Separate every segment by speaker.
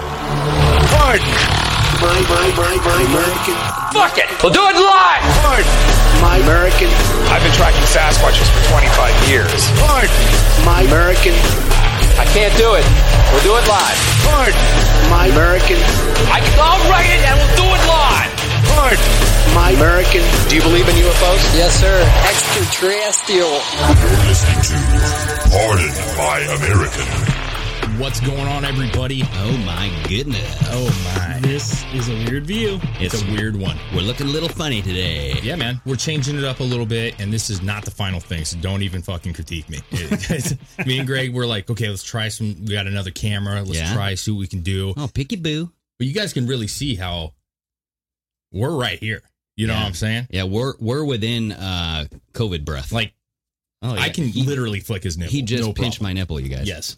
Speaker 1: Pardon.
Speaker 2: My, my, my, my American.
Speaker 1: Fuck it.
Speaker 3: We'll do it live.
Speaker 1: Pardon.
Speaker 2: My American.
Speaker 3: I've been tracking Sasquatches for 25 years.
Speaker 1: Pardon.
Speaker 2: My American.
Speaker 3: I can't do it. We'll do it live.
Speaker 1: Pardon.
Speaker 2: My American.
Speaker 3: I can, I'll write it and we'll do it live.
Speaker 1: Pardon.
Speaker 2: My American.
Speaker 3: Do you believe in UFOs?
Speaker 4: Yes, sir. Extraterrestrial.
Speaker 5: You're listening to Pardon My American.
Speaker 6: What's going on, everybody?
Speaker 7: Oh my goodness.
Speaker 6: Oh my,
Speaker 8: This is a weird view.
Speaker 6: it's a weird one.
Speaker 7: We're looking a little funny today.
Speaker 6: Yeah, man, we're changing it up a little bit, and this is not the final thing, so don't even fucking critique me. me and Greg, we're like, okay, let's try some. We got another camera. Let's
Speaker 7: Yeah.
Speaker 6: try see what we can do.
Speaker 7: Oh, picky boo.
Speaker 6: But you guys can really see how we're right here. You know
Speaker 7: Yeah.
Speaker 6: what I'm saying?
Speaker 7: Yeah, we're we're within uh COVID breath.
Speaker 6: Like
Speaker 7: oh, yeah.
Speaker 6: I can
Speaker 7: He-
Speaker 6: literally flick his nipple.
Speaker 7: He just
Speaker 6: no
Speaker 7: pinched
Speaker 6: problem.
Speaker 7: my nipple, you guys.
Speaker 6: Yes.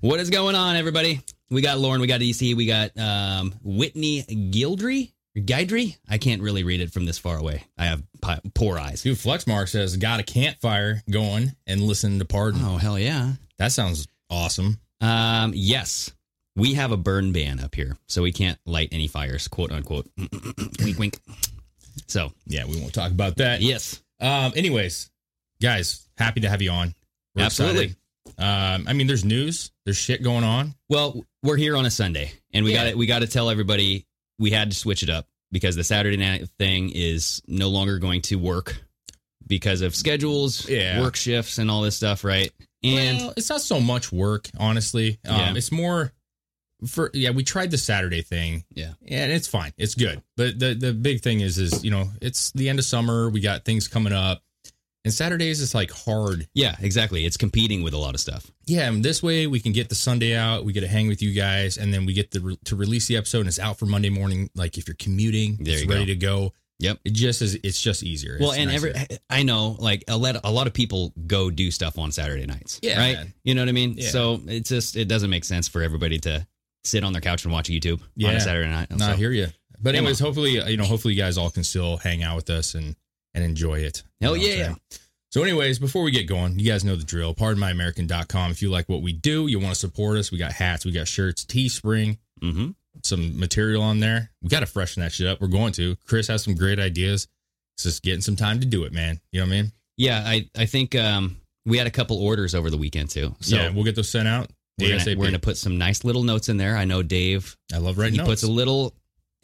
Speaker 7: What is going on, everybody? We got Lauren, we got EC, we got um, Whitney Gildry. Guidry? I can't really read it from this far away. I have pi- poor eyes.
Speaker 6: Dude, Flexmark says got a campfire going and listen to Pardon.
Speaker 7: Oh hell yeah!
Speaker 6: That sounds awesome.
Speaker 7: Um, yes, we have a burn ban up here, so we can't light any fires, quote unquote. wink, wink. So
Speaker 6: Yeah, we won't talk about that.
Speaker 7: yes,
Speaker 6: Um, anyways, guys, happy to have you on. We're
Speaker 7: Absolutely.
Speaker 6: excited. Um, I mean, there's news, there's shit going on.
Speaker 7: Well, we're here on a Sunday, and we
Speaker 6: Yeah.
Speaker 7: got to we got to tell everybody we had to switch it up because the Saturday night thing is no longer going to work because of schedules,
Speaker 6: Yeah.
Speaker 7: work shifts, and all this stuff, right? And
Speaker 6: Well, it's not so much work, honestly. Um,
Speaker 7: Yeah.
Speaker 6: it's more for yeah. We tried the Saturday thing,
Speaker 7: yeah,
Speaker 6: and it's fine. It's good. But the the big thing is is you know it's the end of summer. We got things coming up, and Saturdays is like hard.
Speaker 7: yeah, exactly. It's competing with a lot of stuff.
Speaker 6: Yeah, and this way we can get the Sunday out. We get to hang with you guys, and then we get the re- to release the episode, and it's out for Monday morning. Like if you're commuting,
Speaker 7: There
Speaker 6: it's
Speaker 7: you go.
Speaker 6: ready to go.
Speaker 7: Yep.
Speaker 6: It just is. It's just easier.
Speaker 7: well,
Speaker 6: It's
Speaker 7: and
Speaker 6: nicer.
Speaker 7: every I know, like a lot, a lot of people go do stuff on Saturday nights,
Speaker 6: Yeah,
Speaker 7: right?
Speaker 6: man.
Speaker 7: You know what I mean?
Speaker 6: Yeah.
Speaker 7: So it just it doesn't make sense for everybody to sit on their couch and watch YouTube on
Speaker 6: Yeah.
Speaker 7: a Saturday night.
Speaker 6: No, I
Speaker 7: So-
Speaker 6: hear you. But
Speaker 7: Come
Speaker 6: anyways, hopefully, uh, you know, hopefully you guys all can still hang out with us and and enjoy it. You
Speaker 7: Hell
Speaker 6: know what I'm
Speaker 7: yeah.
Speaker 6: saying? So anyways, before we get going, you guys know the drill. PardonMyAmerican.com. If you like what we do, you want to support us, we got hats, we got shirts, Teespring,
Speaker 7: Mhm.
Speaker 6: some material on there. We got to freshen that shit up. We're going to. Chris has some great ideas. It's just getting some time to do it, man. You know what I mean?
Speaker 7: Yeah, I I think um, we had a couple orders over the weekend too. So
Speaker 6: So yeah, we'll get those sent out.
Speaker 7: we're, gonna,
Speaker 6: ASAP.
Speaker 7: we're gonna put some nice little notes in there. I know Dave
Speaker 6: I love writing
Speaker 7: he
Speaker 6: notes.
Speaker 7: puts a little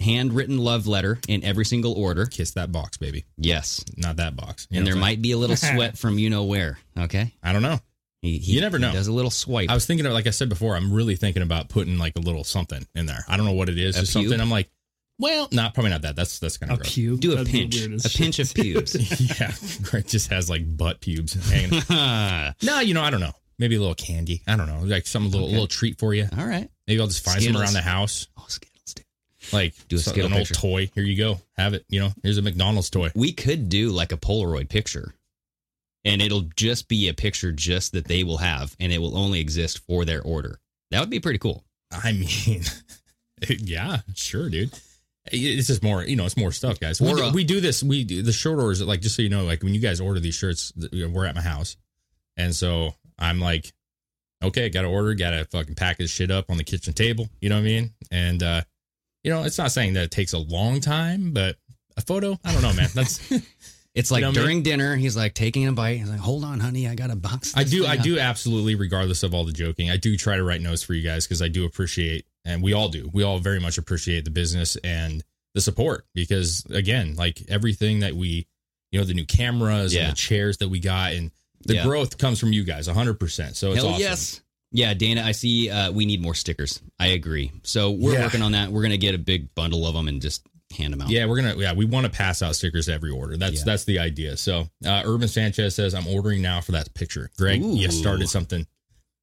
Speaker 7: handwritten love letter in every single order.
Speaker 6: Kiss that box, baby.
Speaker 7: Yes,
Speaker 6: Not that box. You
Speaker 7: and
Speaker 6: know
Speaker 7: there
Speaker 6: what I'm
Speaker 7: might be a little sweat from you know where. Okay,
Speaker 6: saying? I don't know.
Speaker 7: he, he
Speaker 6: You never know.
Speaker 7: He does a little swipe.
Speaker 6: I was thinking, of, like I said before, I'm really thinking about putting like a little something in there. I don't know what it is,
Speaker 7: A
Speaker 6: just
Speaker 7: pube?
Speaker 6: something. I'm like, well, not probably not that. That's that's
Speaker 8: A
Speaker 6: kind of gross.
Speaker 8: pube.
Speaker 7: Do a
Speaker 8: That'd be
Speaker 7: pinch,
Speaker 8: weird as
Speaker 7: a
Speaker 8: shit.
Speaker 7: pinch of pubes.
Speaker 6: yeah, Greg just has like butt pubes hanging.
Speaker 7: All
Speaker 6: no, you know, I don't know. Maybe a little candy. I don't know, like some little
Speaker 7: Okay.
Speaker 6: little treat for you.
Speaker 7: right.
Speaker 6: Maybe I'll just find some
Speaker 7: Skittles.
Speaker 6: around the house,
Speaker 7: Oh, Skittles. dude.
Speaker 6: like
Speaker 7: Do a
Speaker 6: so-
Speaker 7: Skittle
Speaker 6: an old
Speaker 7: picture.
Speaker 6: toy. Here you go, have it. You know, here's a McDonald's toy.
Speaker 7: We could do like a Polaroid picture, and it'll just be a picture just that they will have, and it will only exist for their order. That would be pretty cool.
Speaker 6: I mean, yeah, sure, dude. It's just more, you know, it's more stuff, guys. We
Speaker 7: Or
Speaker 6: do,
Speaker 7: a-
Speaker 6: we do this. We do the short orders, like just so you know, like when you guys order these shirts, th- you know, we're at my house, and so I'm like, okay, got to order, got to fucking pack this shit up on the kitchen table. You know what I mean? And uh, you know, it's not saying that it takes a long time, but a photo, I don't know, man. That's
Speaker 7: It's like
Speaker 6: know what I mean?
Speaker 7: during dinner, he's like taking a bite. He's like, "Hold on, honey, I got a box."
Speaker 6: I
Speaker 7: this
Speaker 6: do.
Speaker 7: thing
Speaker 6: I
Speaker 7: up."
Speaker 6: do absolutely, regardless of all the joking, I do try to write notes for you guys because I do appreciate, and we all do. We all very much appreciate the business and the support because, again, like everything that we, you know, the new cameras
Speaker 7: Yeah.
Speaker 6: and the chairs that we got, and the
Speaker 7: Yeah.
Speaker 6: growth comes from you guys, hundred percent. So it's
Speaker 7: Hell
Speaker 6: awesome.
Speaker 7: yes. Yeah, Dana, I see uh, we need more stickers. I agree. So we're
Speaker 6: Yeah.
Speaker 7: working on that. We're going to get a big bundle of them and just hand them out.
Speaker 6: Yeah, we're gonna. Yeah, we want to pass out stickers to every order. That's
Speaker 7: Yeah.
Speaker 6: that's the idea. So, uh, Urban Sanchez says, "I'm ordering now for that picture." Greg, you
Speaker 7: Ooh.
Speaker 6: started something.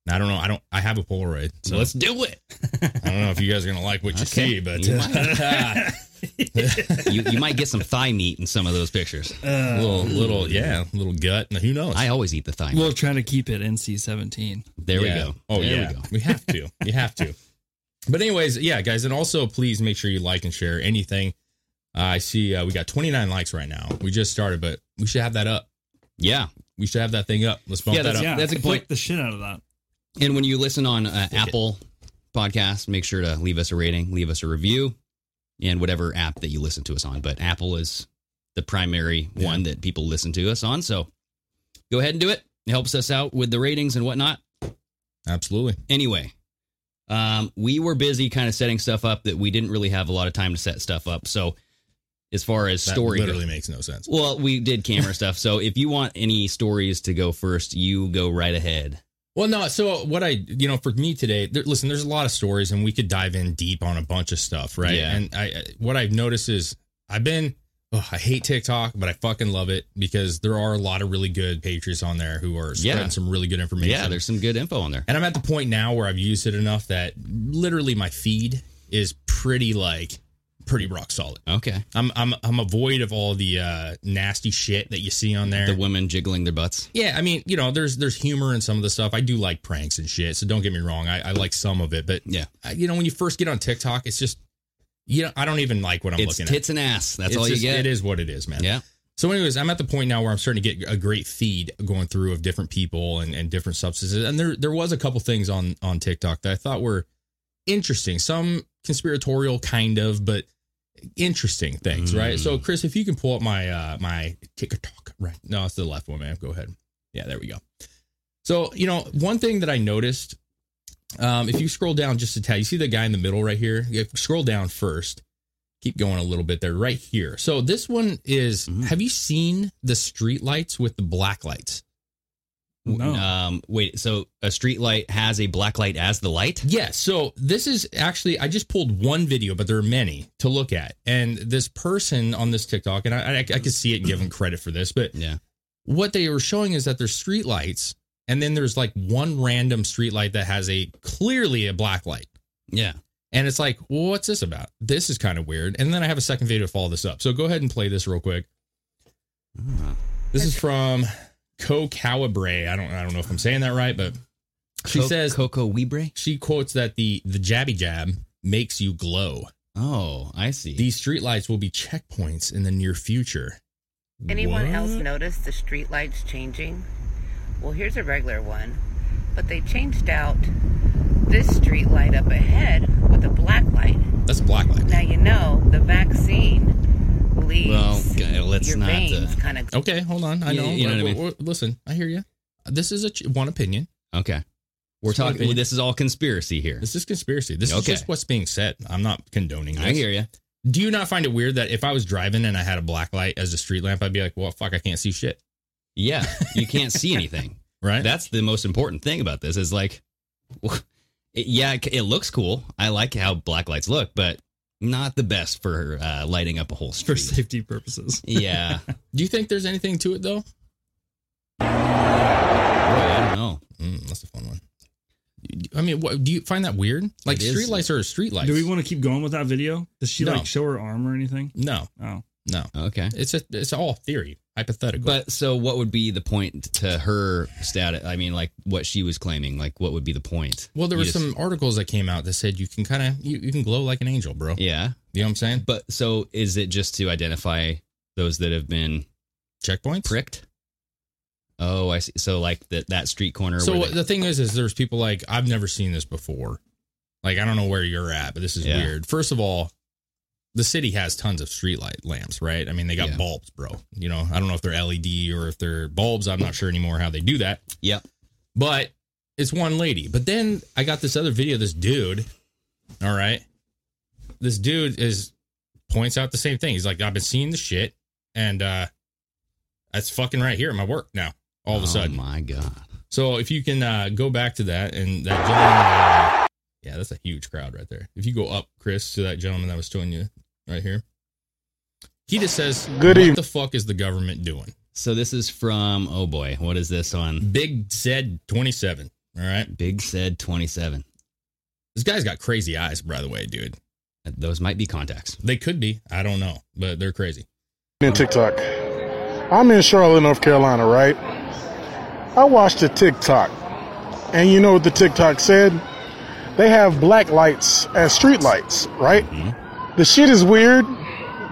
Speaker 6: I don't know. I don't. I have a Polaroid. So
Speaker 7: So let's do it.
Speaker 6: I don't know if you guys are gonna like what you
Speaker 7: Okay.
Speaker 6: see, but
Speaker 7: You you, you might get some thigh meat in some of those pictures.
Speaker 6: little little yeah, little gut. Now, Who knows?
Speaker 7: I always eat the thigh meat.
Speaker 1: We'll try to keep it NC seventeen.
Speaker 7: there
Speaker 6: Yeah.
Speaker 7: we go.
Speaker 6: Oh
Speaker 7: there
Speaker 6: yeah,
Speaker 7: we go.
Speaker 6: have to. You have to. But anyways, yeah, guys, and also please make sure you like and share anything. Uh, I see uh, we got 29 likes right now. We just started, but we should have that up.
Speaker 7: Yeah.
Speaker 6: We should have that thing up. Let's bump
Speaker 7: Yeah,
Speaker 6: that
Speaker 7: that's-
Speaker 6: up.
Speaker 1: Yeah,
Speaker 7: that's a
Speaker 1: click
Speaker 7: quick-
Speaker 1: the shit out of that.
Speaker 7: And when you listen on uh, Apple Podcasts, make sure to leave us a rating, leave us a review, and whatever app that you listen to us on. But Apple is the primary one that people listen to us on. So go ahead and do it. It helps us out with the ratings and whatnot.
Speaker 6: Absolutely.
Speaker 7: Anyway, um, we were busy kind of setting stuff up that we didn't really have a lot of time to set stuff up. So as far as
Speaker 6: That
Speaker 7: story
Speaker 6: literally makes no sense.
Speaker 7: well, we did camera stuff. So if you want any stories to go first, you go right ahead.
Speaker 6: Well, no. So what I, you know, for me today, there, listen, there's a lot of stories, and we could dive in deep on a bunch of stuff, right?
Speaker 7: Yeah.
Speaker 6: And I, I- what I've noticed is I've been, ugh, I hate TikTok, but I fucking love it because there are a lot of really good patriots on there who are spreading
Speaker 7: Yeah.
Speaker 6: some really good information.
Speaker 7: Yeah, there's some good info on there.
Speaker 6: and I'm at the point now where I've used it enough that literally my feed is pretty like pretty rock solid.
Speaker 7: Okay.
Speaker 6: I'm I'm I'm a void of all the uh, nasty shit that you see on there.
Speaker 7: The women jiggling their butts.
Speaker 6: Yeah, I mean, you know, there's there's humor in some of the stuff. I do like pranks and shit, so don't get me wrong. I, I like some of it, but
Speaker 7: Yeah.
Speaker 6: I- you know, when you first get on TikTok, it's just you know, I don't even like what I'm
Speaker 7: it's
Speaker 6: looking
Speaker 7: tits and ass.
Speaker 6: at.
Speaker 7: That's
Speaker 6: It's
Speaker 7: all
Speaker 6: just-
Speaker 7: you get.
Speaker 6: It is what it is, man.
Speaker 7: Yeah.
Speaker 6: So, anyways, I'm at the point now where I'm starting to get a great feed going through of different people and, and different substances. And there there was a couple things on on TikTok that I thought were interesting. Some conspiratorial, kind of, but interesting things, right? So, Chris, if you can pull up my uh my TikTok, right? No, it's the left one, man. Go ahead. Yeah, there we go. So, you know, one thing that I noticed, um, if you scroll down just a tad, you see the guy in the middle right here. If you scroll down first, keep going a little bit there, right here. So this one is have you seen the street lights with the black lights?
Speaker 1: No.
Speaker 7: Um, wait, so a street light has a black light as the light?
Speaker 6: Yeah. So this is actually I just pulled one video, but there are many to look at. And this person on this TikTok, and I I, I could see it and give him credit for this, but
Speaker 7: Yeah.
Speaker 6: what they were showing is that there's street lights, and then there's like one random street light that has a clearly a black light.
Speaker 7: Yeah.
Speaker 6: And it's like, well, what's this about? This is kind of weird. And then I have a second video to follow this up. So go ahead and play this real quick.
Speaker 7: Hmm.
Speaker 6: This is from Co Calibre. I don't I don't know if I'm saying that right, but she
Speaker 7: Co-
Speaker 6: says
Speaker 7: Coco Weebre?
Speaker 6: she quotes that the the jabby jab makes you glow.
Speaker 7: Oh, I see.
Speaker 6: These streetlights will be checkpoints in the near future.
Speaker 8: Anyone else
Speaker 7: What?
Speaker 8: notice the street lights changing? Well, here's a regular one, but they changed out this street light up ahead with a black light.
Speaker 6: That's a black light.
Speaker 8: Now you know the vaccine leaves
Speaker 7: Well, okay, let's
Speaker 8: your
Speaker 7: not, uh,
Speaker 8: veins kind of
Speaker 6: Okay, hold on. I
Speaker 7: Yeah,
Speaker 6: know.
Speaker 7: you know what I mean.
Speaker 6: Well, well, Listen, I hear you. This is a ch- one opinion.
Speaker 7: Okay. We're
Speaker 6: It's my
Speaker 7: talking,
Speaker 6: opinion.
Speaker 7: this is all conspiracy here.
Speaker 6: This is conspiracy. This is
Speaker 7: Okay.
Speaker 6: just what's being said. I'm not condoning this.
Speaker 7: I hear you.
Speaker 6: Do you not find it weird that if I was driving and I had a black light as a street lamp, I'd be like, well, fuck, I can't see shit.
Speaker 7: Yeah. You can't see anything.
Speaker 6: Right?
Speaker 7: That's the most important thing about this is like, it, yeah, it, it looks cool. I like how black lights look, but not the best for uh, lighting up a whole
Speaker 1: for
Speaker 7: street.
Speaker 1: safety purposes.
Speaker 7: yeah.
Speaker 6: Do you think there's anything to it, though?
Speaker 7: Boy, I don't know.
Speaker 6: Mm, that's a fun one. I mean, what, do you find that weird? Like,
Speaker 7: It is.
Speaker 6: street lights are street lights.
Speaker 1: Do we want to keep going with that video? Does she
Speaker 6: No.
Speaker 1: like show her arm or anything?
Speaker 6: no,
Speaker 1: Oh,
Speaker 6: no.
Speaker 7: Okay.
Speaker 6: It's a, it's all theory, hypothetical.
Speaker 7: But so, what would be the point to her status? I mean, like what she was claiming. Like, what would be the point?
Speaker 6: well, there
Speaker 7: You
Speaker 6: were
Speaker 7: just-
Speaker 6: some articles that came out that said you can kind of you, you can glow like an angel, bro.
Speaker 7: Yeah,
Speaker 6: You know what I'm saying?
Speaker 7: but so is it just to identify those that have been
Speaker 6: Checkpoints.
Speaker 7: pricked? Oh, I see. So, like that that street corner.
Speaker 6: So
Speaker 7: where they-
Speaker 6: the thing is, is there's people like I've never seen this before. Like I don't know where you're at, but this is
Speaker 7: Yeah.
Speaker 6: weird. First of all, the city has tons of streetlight lamps, right? I mean, they got
Speaker 7: Yeah.
Speaker 6: bulbs, bro. You know, I don't know if they're LED or if they're bulbs. I'm not sure anymore how they do that.
Speaker 7: Yep.
Speaker 6: But it's one lady. But then I got this other video. of This dude, all right, this dude is points out the same thing. He's like, I've been seeing the shit, and uh that's fucking right here at my work now. All of a sudden,
Speaker 7: Oh my god.
Speaker 6: so if you can uh, go back to that and that gentleman, uh, yeah, that's a huge crowd right there. If you go up, Chris, to that gentleman that was showing you right here, he just says, "Good What the fuck is the government doing?"
Speaker 7: So this is from oh boy, what is this on?
Speaker 6: Big said twenty-seven. All right,
Speaker 7: Big said 27.
Speaker 6: this guy's got crazy eyes, by the way, dude.
Speaker 7: Those might be contacts.
Speaker 6: They could be, I don't know, but they're crazy.
Speaker 9: in TikTok. I'm in Charlotte, North Carolina, right? I watched a TikTok, and you know what the TikTok said? They have black lights as street lights, right? The shit is weird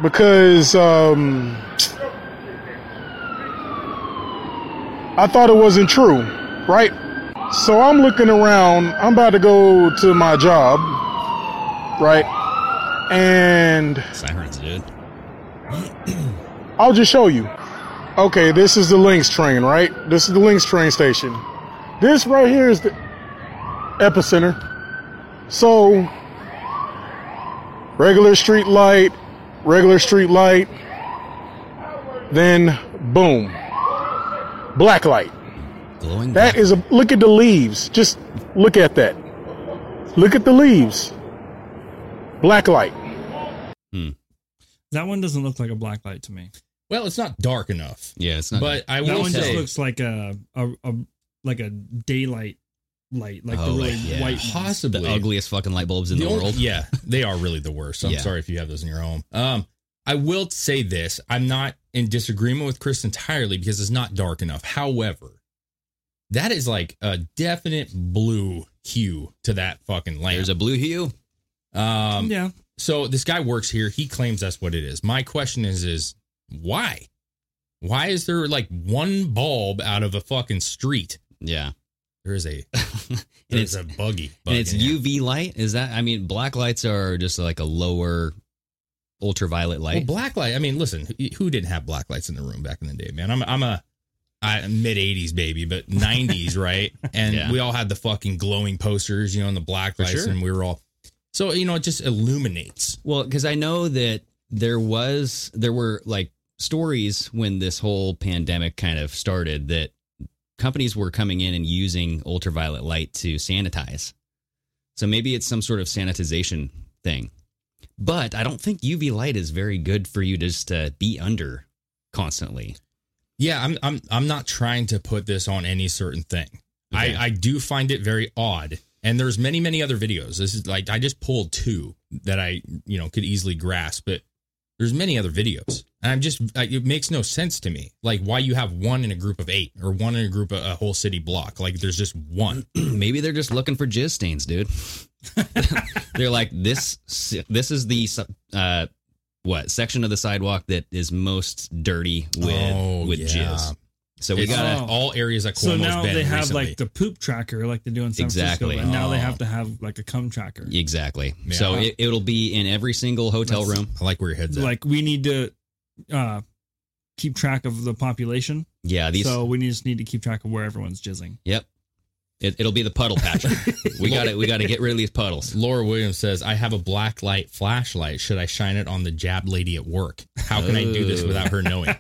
Speaker 9: because um, I thought it wasn't true, right? So I'm looking around. I'm about to go to my job, right? And
Speaker 7: Sirens, dude.
Speaker 9: I'll just show you. Okay, this is the Lynx train, right? This is the Lynx train station. This right here is the epicenter. So, regular street light, regular street light, then boom, black light.
Speaker 7: Glowing
Speaker 9: That is a look at the leaves. Just look at that. Look at the leaves. Black light.
Speaker 1: That one doesn't look like a black light to me.
Speaker 6: Well, it's not dark enough,
Speaker 7: Yeah, it's not
Speaker 6: but I
Speaker 1: that
Speaker 6: will
Speaker 1: one just
Speaker 6: say,
Speaker 1: looks like a, a a like a daylight light, like
Speaker 7: Oh,
Speaker 1: the really
Speaker 7: like, yeah.
Speaker 1: white Um, ones.
Speaker 6: possibly
Speaker 7: the ugliest fucking light bulbs in the,
Speaker 6: only-
Speaker 7: world.
Speaker 6: Yeah, they are really the worst. I'm
Speaker 7: Yeah.
Speaker 6: sorry if you have those in your home. Um, I will say this: I'm not in disagreement with Chris entirely because it's not dark enough. However, that is like a definite blue hue to that fucking lamp.
Speaker 7: There's a blue hue.
Speaker 6: um,
Speaker 1: yeah,
Speaker 6: so this guy works here. He claims that's what it is. My question is, is why? Why is there like one bulb out of a fucking street?
Speaker 7: Yeah.
Speaker 6: There is a
Speaker 7: and it's
Speaker 6: there's a buggy,
Speaker 7: and it's
Speaker 6: bugging, yeah.
Speaker 7: UV light. Is that I mean black lights are just like a lower ultraviolet light.
Speaker 6: Well, black light. I mean, listen, who- who didn't have black lights in the room back in the day, man? I'm I'm a I, mid '80s baby, but '90s, right? And
Speaker 7: Yeah.
Speaker 6: we all had the fucking glowing posters, you know, and the black
Speaker 7: For
Speaker 6: lights,
Speaker 7: sure.
Speaker 6: and we were all so you know it just illuminates.
Speaker 7: Well, because I know that there was there were like stories when this whole pandemic kind of started that companies were coming in and using ultraviolet light to sanitize. So maybe it's some sort of sanitization thing. But I don't think UV light is very good for you just to be under constantly.
Speaker 6: Yeah, I'm I'm I'm not trying to put this on any certain thing.
Speaker 7: Okay.
Speaker 6: I I do find it very odd, and there's many many other videos. This is like I just pulled two that I you know could easily grasp, but there's many other videos, and I'm just I, it makes no sense to me. Like why you have one in a group of eight or one in a group of a whole city block? Like there's just one.
Speaker 7: maybe they're just looking for jizz stains, dude. they're like this. This is the uh, what section of the sidewalk that is most dirty with
Speaker 6: Oh,
Speaker 7: with
Speaker 6: yeah.
Speaker 7: jizz. So we
Speaker 6: It's
Speaker 7: gotta.
Speaker 1: Oh.
Speaker 6: all areas that Cuomo's
Speaker 1: So now
Speaker 6: been
Speaker 1: they have
Speaker 6: recently.
Speaker 1: like the poop tracker, like they do in San
Speaker 7: Exactly.
Speaker 1: Francisco, and now they
Speaker 7: Oh.
Speaker 1: have to have like a cum tracker.
Speaker 7: Exactly. So
Speaker 6: Yeah.
Speaker 7: it, it'll be in every single hotel
Speaker 1: That's-
Speaker 7: room.
Speaker 6: I like where your head's at.
Speaker 1: Like we need to uh, keep track of the population,
Speaker 7: Yeah. These.
Speaker 1: so we just need to keep track of where everyone's jizzing.
Speaker 7: Yep. It, it'll be the puddle patch. we got to We got to get rid of these puddles.
Speaker 6: Laura Williams says, I have a black light flashlight. Should I shine it on the jab lady at work? How can I do this
Speaker 7: Oh.
Speaker 6: without her knowing?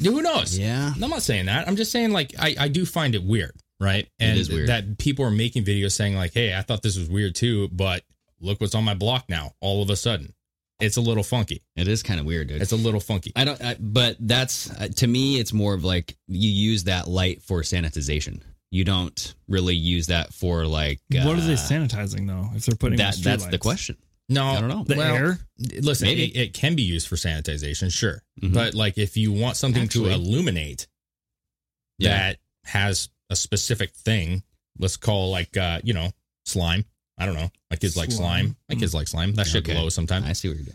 Speaker 6: Dude, Who knows?
Speaker 7: Yeah.
Speaker 6: I'm not saying that. I'm just saying, like, I, I do find it weird, right? And
Speaker 7: is weird.
Speaker 6: that people are making videos saying, like, hey, I thought this was weird too, but look what's on my block now. All of a sudden, it's a little funky.
Speaker 7: It is kind of weird, dude.
Speaker 6: It's a little funky.
Speaker 7: I don't, I, but that's uh, to me, it's more of like you use that light for sanitization. You don't really use that for like.
Speaker 1: what are they
Speaker 7: uh,
Speaker 1: sanitizing though? If they're putting
Speaker 7: That,
Speaker 1: in
Speaker 7: that's the
Speaker 1: streetlights?
Speaker 7: question.
Speaker 6: No,
Speaker 7: I don't know.
Speaker 1: The
Speaker 6: Well,
Speaker 1: air.
Speaker 6: Listen,
Speaker 7: Maybe.
Speaker 6: it, it can be used for sanitization, sure.
Speaker 7: Mhm.
Speaker 6: But like if you want something
Speaker 7: Actually.
Speaker 6: to illuminate
Speaker 7: Yeah.
Speaker 6: that has a specific thing, let's call like uh, you know, slime. I don't know. My kids like slime.
Speaker 1: Slime.
Speaker 6: My kids like slime. That shit
Speaker 7: Hmm. Okay.
Speaker 6: glows sometimes.
Speaker 7: I see where you're